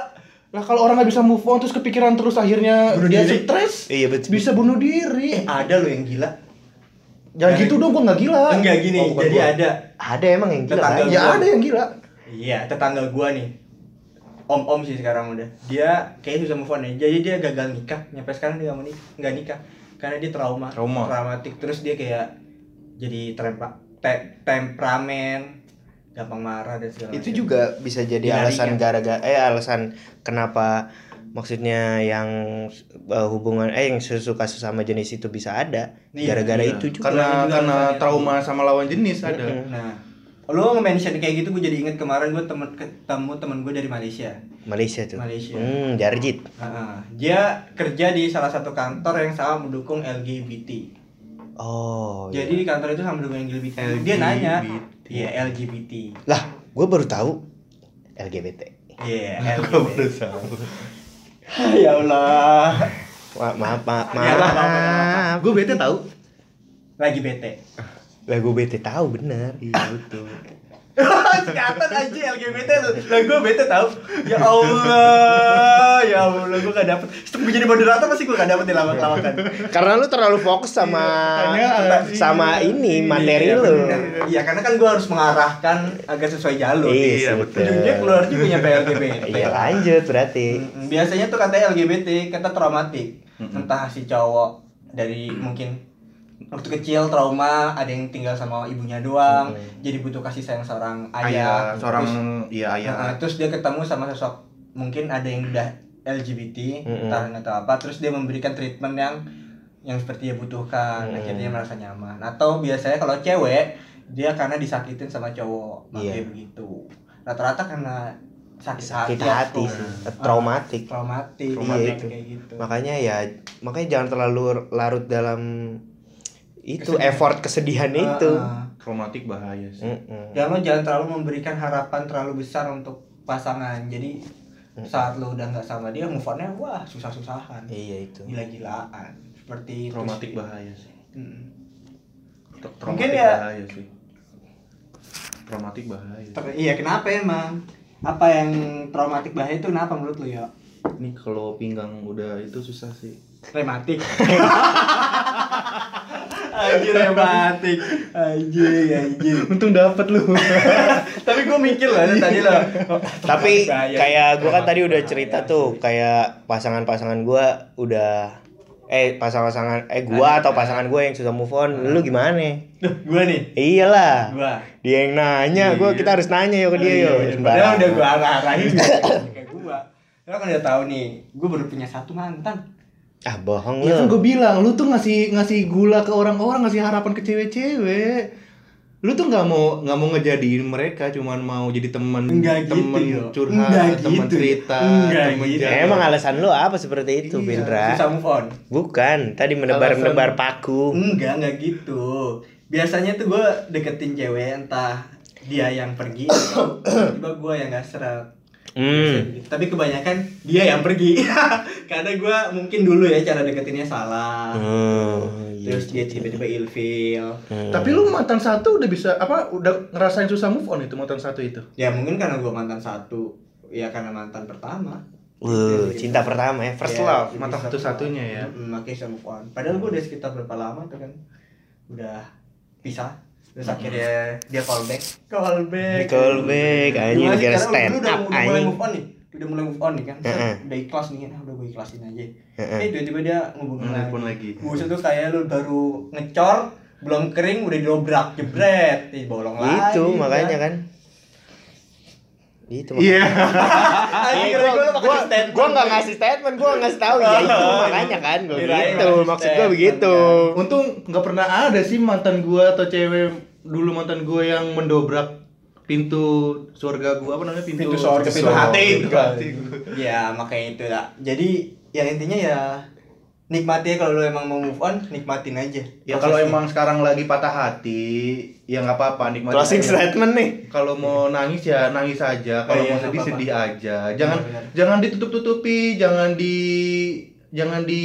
C: lah kalau orang nggak bisa move on terus kepikiran terus akhirnya
A: Bunuh
C: dia
A: diri.
C: stres.
B: Iya, betul.
C: Bisa bunuh diri.
A: eh ada lo yang gila
C: Jangan
A: Dari-
C: gitu dong, gua nggak gila.
A: enggak gini
C: Oh, bukan
A: jadi
C: gua.
A: ada
B: Ada emang yang gila
A: Tetangga
B: kan?
C: Ya
A: gua.
C: ada yang gila.
A: Iya, tetangga gua nih. Om-om sih sekarang udah. Dia kayak susah move on ya. Jadi dia gagal nikah. Nyampe sekarang dia nggak mau nikah, nggak nikah. Karena dia trauma,
C: Trauma.
A: traumatik. Terus dia kayak jadi terempa, te- temperamen, gampang marah dan segala
B: itu
A: macam.
B: juga bisa jadi
A: Dilarikan.
B: alasan gara-gara eh alasan kenapa maksudnya yang eh, hubungan eh yang sesuka sesama jenis itu bisa ada
A: Iya,
B: gara-gara
A: iya.
B: itu juga
C: Karena
A: juga
C: karena
A: rasanya.
C: trauma sama lawan jenis ada.
A: Nah, lo nge-mention kayak gitu gue jadi inget kemarin gue temen ketemu temen gue dari Malaysia.
B: Malaysia tuh
A: Malaysia.
B: hmm Jarjit
A: Heeh. dia kerja di salah satu kantor yang sama mendukung LGBT.
B: oh
A: Jadi
B: iya.
A: di kantor itu sama dengan LGBT. Dia nanya, iya LGBT.
B: lah gue baru tahu LGBT
A: Iya,
C: Kalau
A: LGBT.
C: bersama.
A: ya Allah.
B: Wah, maaf maaf
A: Ya, nggak apa-apa,
B: maaf,
A: nggak apa-apa.
C: Gue bete tahu.
A: Lagi bete.
B: lah gue bete tahu bener
C: Iya betul.
A: Sekatat aja LGBT tuh. Lah gue bete tau. Ya Allah. Ya Allah, gue gak dapet. Setiap gue jadi moderator pasti gue gak dapet di lawak-lawakan.
B: karena lu terlalu fokus sama
C: Iya, pertanyaan.
B: sama ini materi
A: Iya,
B: lu
A: bener. Iya, karena kan gue harus mengarahkan agar sesuai jalur.
B: Iya, betul.
A: Ujungnya keluar juga punya LGBT.
B: iya lanjut berarti
A: Mm, biasanya tuh katanya LGBT kata traumatik entah si cowok dari mungkin waktu kecil trauma ada yang tinggal sama ibunya doang jadi butuh kasih sayang seorang
B: Iya,
A: ayah,
C: Ayah, seorang
A: terus,
C: iya
A: Nah,
C: ayah.
A: terus dia ketemu sama sosok mungkin ada yang udah LGBT
B: Mm-mm.
A: entah atau apa terus dia memberikan treatment yang yang seperti dia butuhkan akhirnya dia merasa nyaman atau biasanya kalau cewek dia karena disakitin sama cowok makanya
B: Iya.
A: begitu rata-rata karena sakit,
B: sakit
A: hati
B: hati
A: atau-
B: sih traumatik
A: traumatik,
B: Traumatik.
A: iya, kayak gitu.
B: makanya ya makanya jangan terlalu larut dalam itu
A: Kesedihan. Ah,
B: effort kesedihan itu
A: Heeh.
C: Traumatik bahaya sih.
A: Mm,
B: Mm-mm.
A: Ya. Jangan lo jangan terlalu memberikan harapan terlalu besar untuk pasangan jadi saat lu udah nggak sama dia move onnya wah susah susahan
B: Iya itu.
A: gila-gilaan seperti itu
D: traumatik
A: sih.
D: bahaya sih
A: Mm.
D: Tra- traumatik
A: Mungkin ya-
D: bahaya sih traumatik bahaya
A: Ter- iya kenapa emang apa yang traumatik bahaya itu kenapa menurut lu ya
D: ini kalau pinggang udah itu susah sih
A: rematik anjir rematik anjir anjir
D: untung dapat lu
C: Ya
A: tapi gue mikir loh tadi loh
B: Tapi
A: Bahaya.
B: kayak gua kan tadi udah
D: bahaya
B: cerita tuh kayak pasangan-pasangan gua udah eh pasangan-pasangan eh gua atau pasangan gua yang susah move on, lu gimana?
A: Duh, gue nih
B: Iyalah.
A: gue
B: Dia yang nanya, gua kita harus nanya yo ke dia
A: Iya,
B: yo.
A: padahal
B: Sembarang.
A: udah gue arah arahin ke gue lo kan udah tahu nih gue baru punya satu mantan
B: Ah bohong
C: Iya kan
B: lu.
C: gue bilang, lu tuh ngasih ngasih gula ke orang-orang, ngasih harapan ke cewek-cewek. Lu tuh nggak mau nggak mau ngejadiin mereka, cuman mau jadi teman,
A: Enggak gitu,
C: teman
A: yo. Enggak
C: curhat, teman
A: gitu, yo.
C: cerita,
A: Enggak
C: teman
A: gitu.
C: jalan.
B: Emang alasan lu apa seperti itu,
C: Iya,
B: Bindra?
A: susah move on
B: Bukan, tadi menebar-menebar paku.
A: Enggak, enggak gitu. Biasanya tuh gue deketin cewek entah dia yang pergi atau tiba gue yang gak serang.
B: Hmm.
A: gitu. Tapi kebanyakan dia yang pergi. Karena gue mungkin dulu ya cara deketinnya salah.
B: Oh, iya.
A: Terus dia tiba-tiba ilfil.
B: Hmm.
C: Tapi lu mantan satu udah bisa apa udah ngerasain susah move on itu mantan satu itu.
A: Ya mungkin karena gue mantan satu. Ya karena mantan pertama.
B: Wuh, cinta pertama ya, first love.
A: jadi
C: mantan
A: bisa-
C: satu-satunya ya.
A: Mm, Makanya bisa move on. Padahal gue udah sekitar berapa lama tuh kan. Udah pisah. Terus
B: Hmm, iya.
A: akhirnya dia callback. Callback.
B: Callback,
A: Gimana
B: anjing,
A: sih?
B: gara-gara
A: Karena
B: stand
A: lu udah,
B: up,
A: udah mulai
B: anjing.
A: move on nih. Udah mulai move on nih kan. Set,
B: Heeh.
A: Udah ikhlas nih kan. Ah, Udah gue ikhlasin aja.
B: Heeh. Hmm,
A: Eh tiba-tiba dia ngubungin
C: Nelpon lagi.
A: Buset tuh kayak lu baru ngecor, belum kering udah dobrak jebret, Ih, bolong lagi.
B: Itu makanya
A: iya.
B: kan. Itu makanya.
A: Ah, Anjing,
B: Gua-
A: gue
B: gua gua nggak
A: ya?
B: ngasih statement, gua nggak ngasih tahu ya itu
A: Oh,
B: makanya kan gua
A: kirain ngasih
B: gitu. Maksud gua
A: statement, iya.
B: begitu.
C: Untung nggak pernah ada sih mantan gua atau cewek dulu mantan gua yang mendobrak pintu surga gua apa namanya pintu
A: pintu sorga pintu hati itu
C: Pintu hati gua.
A: ya makanya itu lah jadi ya intinya ya nikmati aja kalau lu emang mau move on nikmatin aja
C: Ya kalau
A: Prosesnya.
C: emang sekarang lagi patah hati, ya nggak apa-apa nikmatin.
B: Closing
C: aja.
B: statement nih.
C: Kalau mau nangis ya nangis aja,
A: Oh
C: kalau
A: iya,
C: mau
A: nggak
C: sedih
A: apa-apa. Iya,
C: sedih aja. Jangan
A: Benar, benar.
C: jangan ditutup-tutupi, jangan di jangan di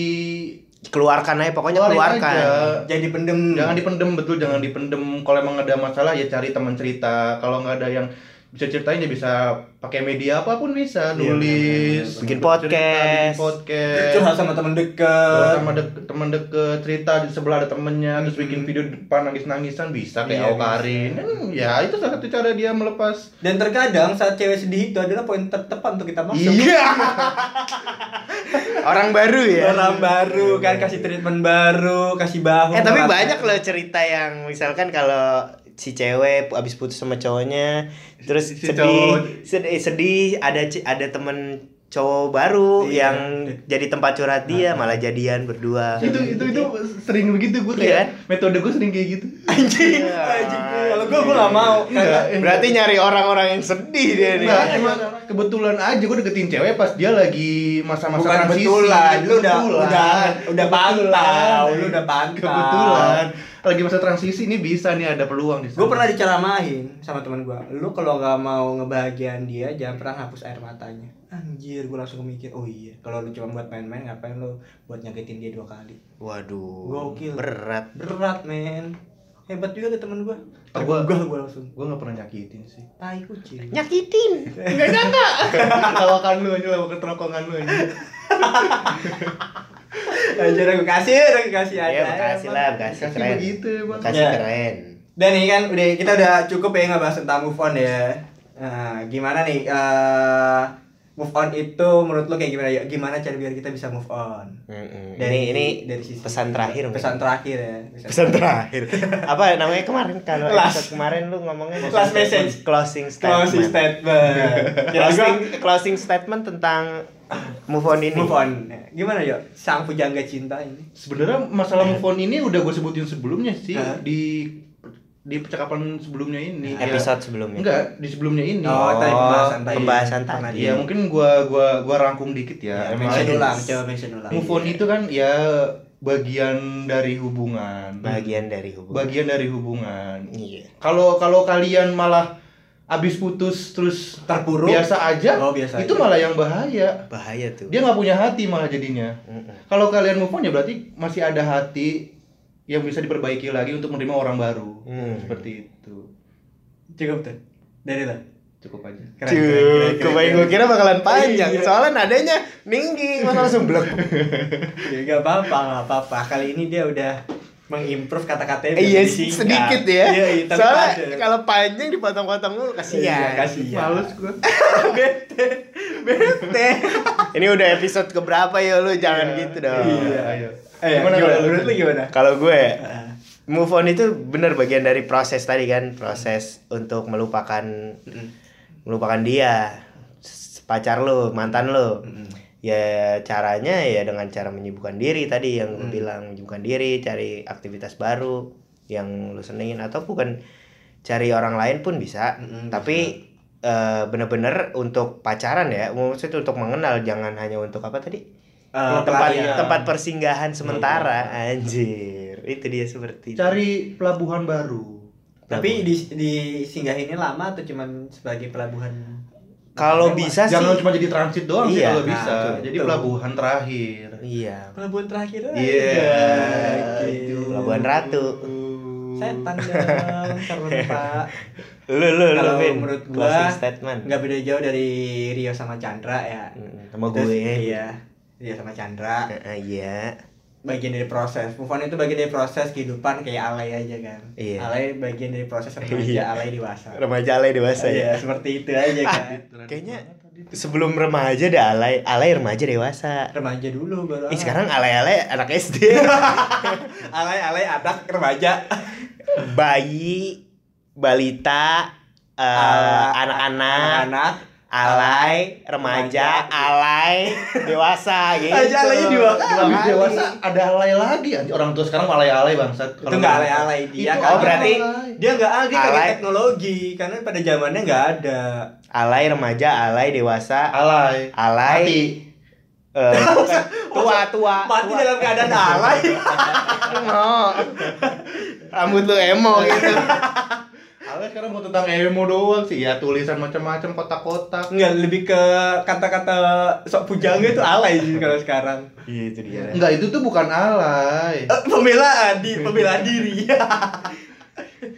B: Keluarkan aja pokoknya
C: Keluarin
B: keluarkan.
C: aja.
A: jadi pendem
C: eh, jangan dipendem betul, jangan dipendem. Kalau emang ada masalah ya cari teman cerita. Kalau nggak ada yang bisa ceritain ya bisa pakai media apapun bisa,
A: Iya,
C: nulis,
A: benar, benar, benar.
B: Bikin
C: cerita,
B: podcast.
C: bikin podcast.
A: curhat sama temen
C: Kalau
A: deket
C: sama dek, teman deket cerita di sebelah ada temennya terus
A: Hmm.
C: bikin video di depan nangis nangisan bisa
A: Iya,
C: kayak Aukarin Hmm, ya itu salah satu cara dia melepas
A: dan terkadang saat cewek sedih itu adalah poin tertepat untuk kita masuk
B: Iya. Orang baru ya.
C: Iya.
A: orang baru kan kasih treatment baru kasih bahu
B: Eh tapi
A: merata.
B: banyak loh cerita yang misalkan kalau si cewek abis putus sama cowoknya terus
C: Si
B: sedih,
C: cowok.
B: sedih sedih ada ce- ada temen cowok baru
A: Iya.
B: yang jadi tempat curhat dia malah jadian berdua
C: Nah. itu itu itu sering begitu gue
B: Iya.
C: kayak metode gue sering kayak gitu
A: anjing anjing kalau gue gue gak mau
C: Enggak, enggak.
B: Iya. berarti nyari orang-orang yang sedih dia nih
C: Enggak, emang
B: gitu.
C: kebetulan aja gue deketin cewek pas dia lagi masa-masa
A: Bukan
C: transisi. gitu.
A: kebetulan, lu udah- udah- udah
C: Kebetulan.
A: pantau, lu udah pantau.
C: Kebetulan, lagi masa transisi ini bisa nih ada peluang di sana.
A: gue pernah diceramahin sama teman gue lu kalau nggak mau ngebahagiaan dia jangan pernah hapus air matanya anjir gue langsung mikir oh iya kalau lu cuma buat main-main ngapain lu buat nyakitin dia dua kali
B: waduh
A: Gokil.
B: berat
A: berat men hebat juga tuh temen gue
C: Oh, gua-
A: tergugah gue langsung
C: gue gak pernah nyakitin sih.
A: tai kucing
B: nyakitin
C: Ketawakan lu aja lah, keterokongan lu aja.
A: anjir aku kasih aku kasih aja
B: ya bekasi lah bekasi
C: Kasih
B: keren
C: begitu emang.
B: bekasi
A: Ya.
B: keren
A: dan ini kan udah kita udah cukup ya ngebahas tentang move on ya Nah, gimana nih eh, move on itu menurut lu kayak gimana ya gimana cara biar kita bisa move on
B: Mm-mm. ini
A: dari
B: ini
A: dari sisi
B: pesan terakhir mungkin.
A: pesan terakhir ya
B: pesan terakhir apa namanya kemarin kalau
A: Last.
B: episode kemarin lu ngomongnya
A: Last message.
B: closing statement
A: closing Oh, statement Kira
B: closing,
A: gua-
B: closing statement tentang move on ini
A: move on Ya, gimana yuk sang pujangga cinta ini
C: Sebenarnya
A: Eh.
C: masalah move on ini udah gue sebutin sebelumnya sih
A: Hah?
C: di di percakapan sebelumnya ini. Ya,
B: episode sebelumnya
C: Enggak, di sebelumnya ini.
A: Oh, tadi pembahasan tadi.
B: pembahasan
A: Pernah
B: tadi.
C: Iya, mungkin gua gua gua rangkum dikit
A: ya,
C: ya. Emang
A: mention
C: ada-
A: ulang coba mention ulang
C: Move on itu kan ya bagian dari hubungan.
A: Hmm.
B: Hmm. bagian dari hubungan
C: Bagian dari hubungan.
B: iya
C: Kalau kalau kalian malah abis putus terus
A: Terpuruk?
C: biasa aja
A: Oh, biasa
C: itu
A: aja.
C: malah yang bahaya
A: bahaya tuh
C: dia nggak punya hati malah jadinya kalau kalian move on ya berarti masih ada hati yang bisa diperbaiki lagi untuk menerima orang baru
B: Hmm.
C: seperti itu
A: cukup tuh dari lo
C: cukup aja
A: Keren,
B: Cuh,
A: keren, keren, keren,
B: kebayang
A: keren.
B: gue kira bakalan panjang.
A: Iya.
B: Soalnya nadanya ninggi, masa langsung blek.
A: ya gak apa-apa gak apa-apa kali ini dia udah mengimprove kata-katanya
B: Eh, Iya,
A: biar disingkat.
B: sedikit ya.
A: iya, iya tapi
B: Soalnya
A: ada.
B: kalau panjang dipotong-potong mulu
A: Iya,
B: kasihan.
A: kasihan
C: males gue
A: bete bete
B: Ini udah episode keberapa ya lu jangan gitu dong.
A: Iya.
C: ayo
A: eh gimana
C: Gimana kalau lu?
A: menurut lu gimana
B: Kalau gue
A: Ah,
B: move on itu benar bagian dari proses tadi kan, proses untuk melupakan melupakan dia, s- pacar lu, mantan lu. Ya caranya ya dengan cara menyibukkan diri tadi yang gue bilang, menyibukkan diri, cari aktivitas baru yang lu senengin atau bukan cari orang lain pun Hmm, bisa,
A: Mm-mm,
B: tapi eh, bener-bener untuk pacaran ya, maksudnya untuk mengenal jangan hanya untuk apa tadi?
A: eh,
B: tempat
A: pelarian.
B: tempat persinggahan sementara anjir itu dia seperti itu.
C: cari pelabuhan baru
A: tapi di disinggahinnya lama atau cuman sebagai pelabuhan
B: kalau
A: Lewat.
B: bisa Iya sih
C: jangan cuma jadi transit doang
B: Iya,
C: sih kalau
B: nah,
C: bisa
B: betul.
C: jadi pelabuhan terakhir
B: iya
A: pelabuhan terakhir aja.
C: Iya,
A: gitu.
C: aduh.
B: Pelabuhan Ratu.
A: setan dong karena pak
B: lu lu lu
A: Kalau
B: Vin.
A: menurut gua,
B: closing statement
A: nggak beda jauh dari Rio sama Chandra ya
B: Mm, sama
A: Terus,
B: gue
A: iya Rio sama Chandra
B: Eh, eh, iya
A: bagian dari proses move on itu bagian dari proses kehidupan kayak alay aja kan
B: Iya.
A: alay bagian dari proses
B: Iya.
A: remaja alay dewasa
B: remaja alay dewasa
A: Iya,
B: ya
A: seperti itu aja kan
B: kayaknya sebelum remaja ada alay alay remaja dewasa
A: remaja dulu baru
B: Eh
A: alay.
B: sekarang alay-alay anak SD
A: alay alay anak remaja
B: Bayi Balita eh,
A: Ala-
B: Anak-anak
A: anak
B: alay remaja
A: remaja,
B: alay dewasa gitu
A: Aja alaynya dua kali.
C: Habis
B: kali.
C: dewasa ada alay lagi anjir. orang tua sekarang alay alay bangsat
A: itu nggak alay-alay dia
C: Itu
A: kan
B: oh, berarti
C: alay.
A: dia nggak alay dia kaget
B: Alay.
A: teknologi karena pada zamannya nggak ada
B: alay remaja alay dewasa
C: alay mati
B: alay eh, tua tua
A: mati
B: tua.
A: dalam keadaan alay
B: Emo. rambut lu emo gitu
C: alay sekarang mau tentang emo doang sih ya tulisan macam-macam kotak-kotak
A: nggak lebih ke kata-kata sok pujangga itu alay sih kalau sekarang
B: iya itu dia
C: Enggak itu tuh bukan alay
A: Eh, pembelaan di pembelaan diri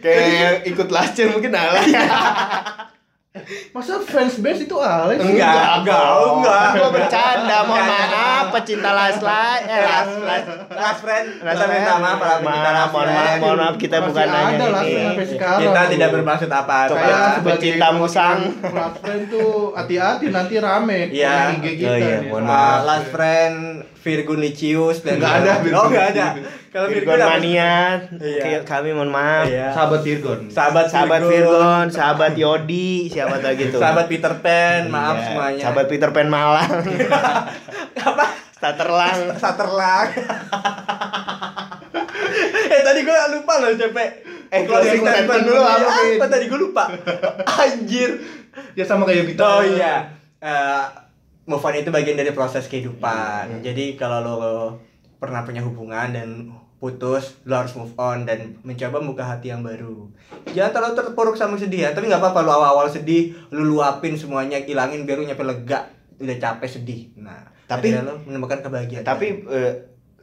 B: kayak yang ikut lascir mungkin alay
C: masa fans base itu alay sih?
A: Enggak, enggak,
B: dong.
A: enggak.
B: Gua bercanda mohon
A: Enggak.
B: maaf pecinta las las eh las las
A: last friend
B: Last
A: kita minta
B: friend.
A: maaf ya. para
B: Maaf,
A: pecinta last
B: mohon
A: friend.
B: maaf, mohon maaf. kita
C: Masih
B: bukan nanya
C: ada lah
B: ini.
C: sampai sekarang
A: kita
C: tuh.
A: tidak bermaksud apa-apa
B: Saya
C: Saya sebagai
B: pecinta musang.
C: Last friend tuh hati-hati nanti rame
A: Iya.
C: komen IG
B: Oh,
C: kita.
B: iya,
C: nih.
B: mohon
A: Ah,
B: maaf.
A: last friend Virgun Licius dan
C: Nggak ada, Virgun.
A: Oh enggak ada. Kalau
B: Virgon
A: Virgun apa?
B: mania
A: Iya.
B: kami mohon maaf
A: Iya.
C: Sahabat Virgon.
A: Sahabat
B: sahabat Virgon sahabat Yodi siapa lagi tuh
A: Sahabat Peter Pan, maaf
B: Gitu. Iya,
A: semuanya.
B: Sahabat Peter Pan Malang.
A: apa?
B: Staterlang.
A: Saterlang. eh tadi gue lupa loh capek.
B: Eh, closing statement dulu apa, Vin?
A: apa tadi gue lupa. Anjir.
C: Ya sama kayak kita.
A: Oh
B: Gitu.
A: iya. Eh, move on itu bagian dari proses
B: Hmm.
A: kehidupan. Jadi kalau lo pernah punya hubungan dan putus, lo harus move on dan mencoba membuka hati yang baru. Jangan terlalu terpuruk sama sedih ya, tapi nggak apa-apa lo awal-awal sedih, lo luapin semuanya, hilangin biar lo nyampe lega, udah capek sedih. Nah,
B: Tapi-
A: akhirnya lo menemukan kebahagiaan.
B: tapi
C: Iya.
B: eh,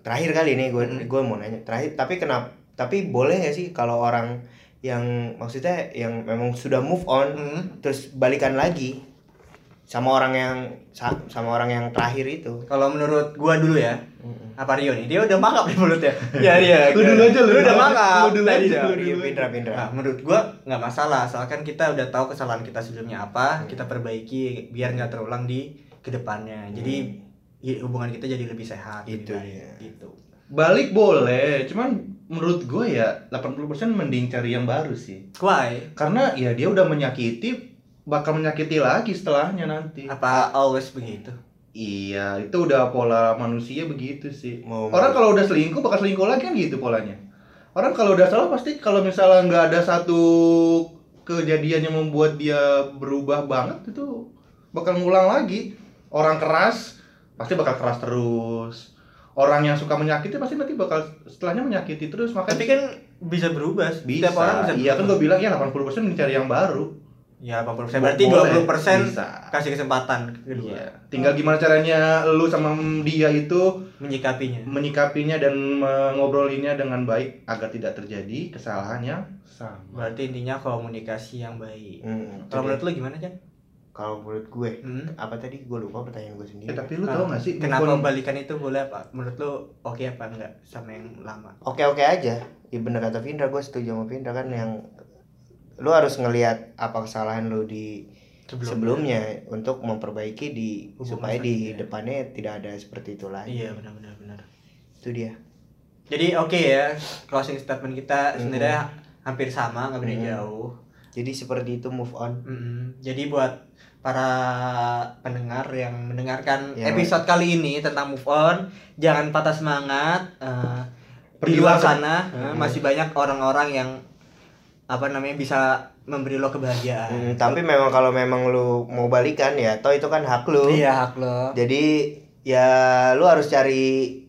B: terakhir kali nih gue
C: Hmm.
B: gue mau nanya. Terakhir tapi kenapa? Tapi boleh nggak sih kalau orang yang maksudnya yang memang sudah move on
A: Hmm.
B: terus balikan lagi sama orang yang sa- sama orang yang terakhir itu.
A: Kalau menurut gua dulu ya, apa Rio nih? Dia udah mangap nih mulutnya. Ya dia.
C: Hmm. Lu dulu aja,
A: Lu udah
C: lu dulu aja.
A: mangap.
C: Lu dulu
A: tadi
C: aja, Ah.
A: dah.
C: lu dulu.
B: Iya, Pindra Pindra.
A: Nah, menurut gua nggak masalah, soalnya kan kita udah tahu kesalahan kita sebelumnya apa, kita perbaiki biar nggak terulang di kedepannya. Jadi i- hubungan kita jadi lebih sehat. lebih
B: Itu
A: baik,
B: dia.
A: Gitu.
C: Balik boleh, cuman menurut gue ya 80% mending cari yang baru sih.
A: Why?
C: Karena ya dia udah menyakiti bakal menyakiti lagi setelahnya nanti.
A: Apa always begitu?
C: Iya, itu udah pola manusia begitu sih.
B: Mau-
C: Orang kalau udah selingkuh bakal selingkuh lagi kan gitu polanya. Orang kalau udah salah pasti kalau misalnya nggak ada satu kejadian yang membuat dia berubah banget itu bakal ngulang lagi. Orang keras pasti bakal keras terus. Orang yang suka menyakiti pasti nanti bakal setelahnya menyakiti terus makanya
A: Tapi kan bisa berubah.
C: bisa.
A: Setiap orang bisa.
C: iya kan
A: berubah.
C: gue bilang ya 80% mencari yang baru.
A: Ya, 80%. Berarti
C: Boleh,
A: 20%
C: bisa.
A: kasih kesempatan kan kedua
C: Iya. Tinggal gimana caranya lu sama dia itu
A: menyikapinya.
C: menyikapinya dan mengobrolinnya dengan baik agar tidak terjadi kesalahannya sama.
A: Berarti intinya komunikasi yang baik.
B: Hmm,
A: Kalau menurut lu gimana, Jan?
B: kalau menurut gue
A: Hmm?
B: apa tadi gue lupa pertanyaan gue sendiri
C: Eh, tapi lu tau gak
A: Ah,
C: sih
A: Kenapa
C: move on-
A: balikan itu boleh apa? Menurut lu oke apa enggak sama yang lama?
B: oke oke aja ya bener kata Vindra gue setuju sama Vindra kan yang lu harus ngelihat apa kesalahan lu di sebelumnya untuk memperbaiki di
A: Hubungan
B: supaya di
A: selanjutnya.
B: depannya tidak ada seperti itu lagi
A: Iya, benar-benar benar.
B: itu dia
A: Jadi oke ya, closing statement kita
B: Mm-mm.
A: sebenarnya hampir sama, nggak beda
B: Mm-mm.
A: jauh.
B: jadi seperti itu move on
A: Mm-mm. Jadi buat para pendengar yang mendengarkan
B: Yang-
A: episode kali ini tentang move on, jangan patah semangat. eh, di
C: Pergi
A: luar
C: langsung.
A: sana eh, masih banyak orang-orang yang apa namanya bisa memberi lo kebahagiaan.
B: Hmm, tapi memang kalau memang lu mau balikan ya toh itu kan hak lu
A: Iya hak lo.
B: jadi ya lu harus cari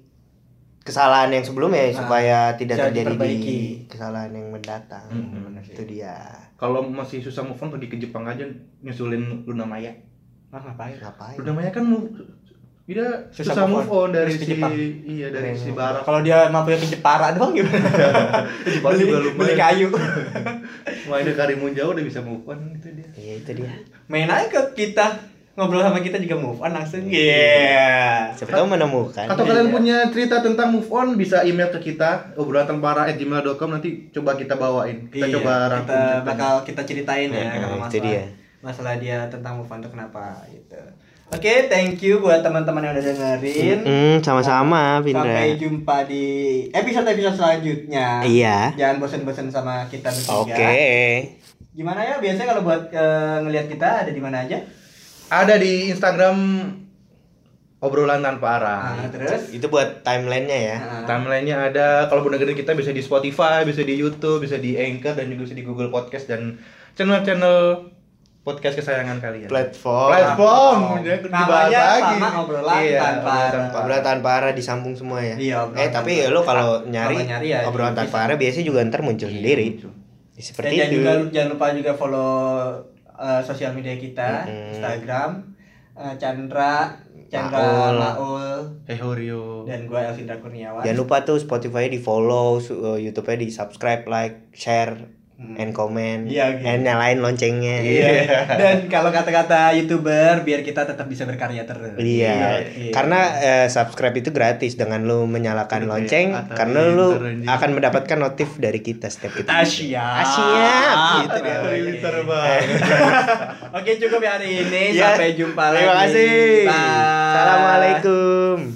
B: kesalahan yang sebelumnya
A: Nah,
B: supaya tidak
A: jangan
B: terjadi
A: diperbaiki.
B: di kesalahan yang mendatang
C: Hmm, bener
B: itu dia
C: Kalau masih susah move on pergi ke Jepang aja nyusulin Luna Maya.
A: Wah, ngapain?
B: ngapain
C: Luna Maya kan move dia
A: Susah
C: susah,
A: move
C: move on, dari
A: Terus ke
C: si
A: Jepang.
C: iya dari
B: Hmm.
C: si barat.
A: Kalau dia mampunya ke Jepara doang gimana?
C: Jepang
A: beli,
C: juga
A: beli
C: lumayan.
A: kayu.
C: Main ke Karimun Jawa udah bisa move on itu dia.
B: iya itu dia
A: Main aja ke kita ngobrol sama kita juga move on langsung.
B: Iya. siapa tahu
A: Iya,
B: menemukan
C: Atau kalian punya cerita tentang move on bisa email ke kita obrolan tanpa gmail.com nanti coba kita bawain. Kita
A: Iya,
C: coba rangkum
A: kita
C: ceritanya.
A: bakal kita ceritain ya
B: Nah,
A: kalau
B: itu
A: masalah
B: dia.
A: masalah dia tentang move on tuh kenapa gitu. Oke, thank you buat teman-teman yang udah dengerin.
B: Hmm, sama-sama
A: Sampai
B: Pindra
A: jumpa di episode-episode selanjutnya.
B: iya
A: Jangan bosan-bosan sama kita bertiga.
B: oke
A: Gimana ya biasanya kalau buat eh, ngelihat kita ada di mana aja?
C: Ada di Instagram obrolan tanpa arah.
B: Nah,
A: Ah, terus
B: itu buat timelinenya ya
A: Ah,
C: Timelinenya ada, kalau mau dengerin kita bisa di Spotify, bisa di Youtube, bisa di Anchor, dan juga bisa di Google Podcast Dan channel-channel podcast kesayangan kalian
B: platform
C: Platform,
A: Iya. Platform.
C: ya,
A: Namanya
C: dibahas lagi.
A: sama obrolan
C: Iya,
A: tanpa
C: obrolan
A: arah.
C: tanpa
B: obrolan tanpa arah disambung semua ya
A: Iya, obrolan
B: eh tapi
A: tanpa-
B: lo kalau
A: Kalau
B: nyari,
A: nyari ya
B: obrolan
A: di-
B: tanpa arah biasanya juga ntar muncul sendiri Ya,
A: dan
B: seperti
A: jangan
B: itu
A: juga jangan lupa juga follow eh, sosial media kita,
B: Mm-mm.
A: Instagram eh, Chandra Chandra
B: Maul.
A: Maul
C: Hey Horio
A: dan gue Elvindra Kurniawan.
B: Jangan lupa tuh Spotify di follow, su- uh, YouTube-nya di subscribe, like, share,
A: Hmm.
B: and comment,
A: Iya, gitu.
B: and nyalain loncengnya.
A: Iya. Dan kalau kata-kata youtuber biar kita tetap bisa berkarya terus.
B: Iya.
A: Iya.
B: Karena eh, subscribe itu gratis dengan lu menyalakan
C: Udah
B: lonceng,
C: kayak kata
B: karena lu
C: Winter anjing.
B: akan mendapatkan notif dari kita setiap kita.
A: Asia.
B: Siap, gitu
A: Oke.
B: deh.
A: Oke cukup ya hari ini.
B: Iya.
A: Sampai jumpa lagi.
B: Terima kasih.
A: Bye.
B: Assalamualaikum.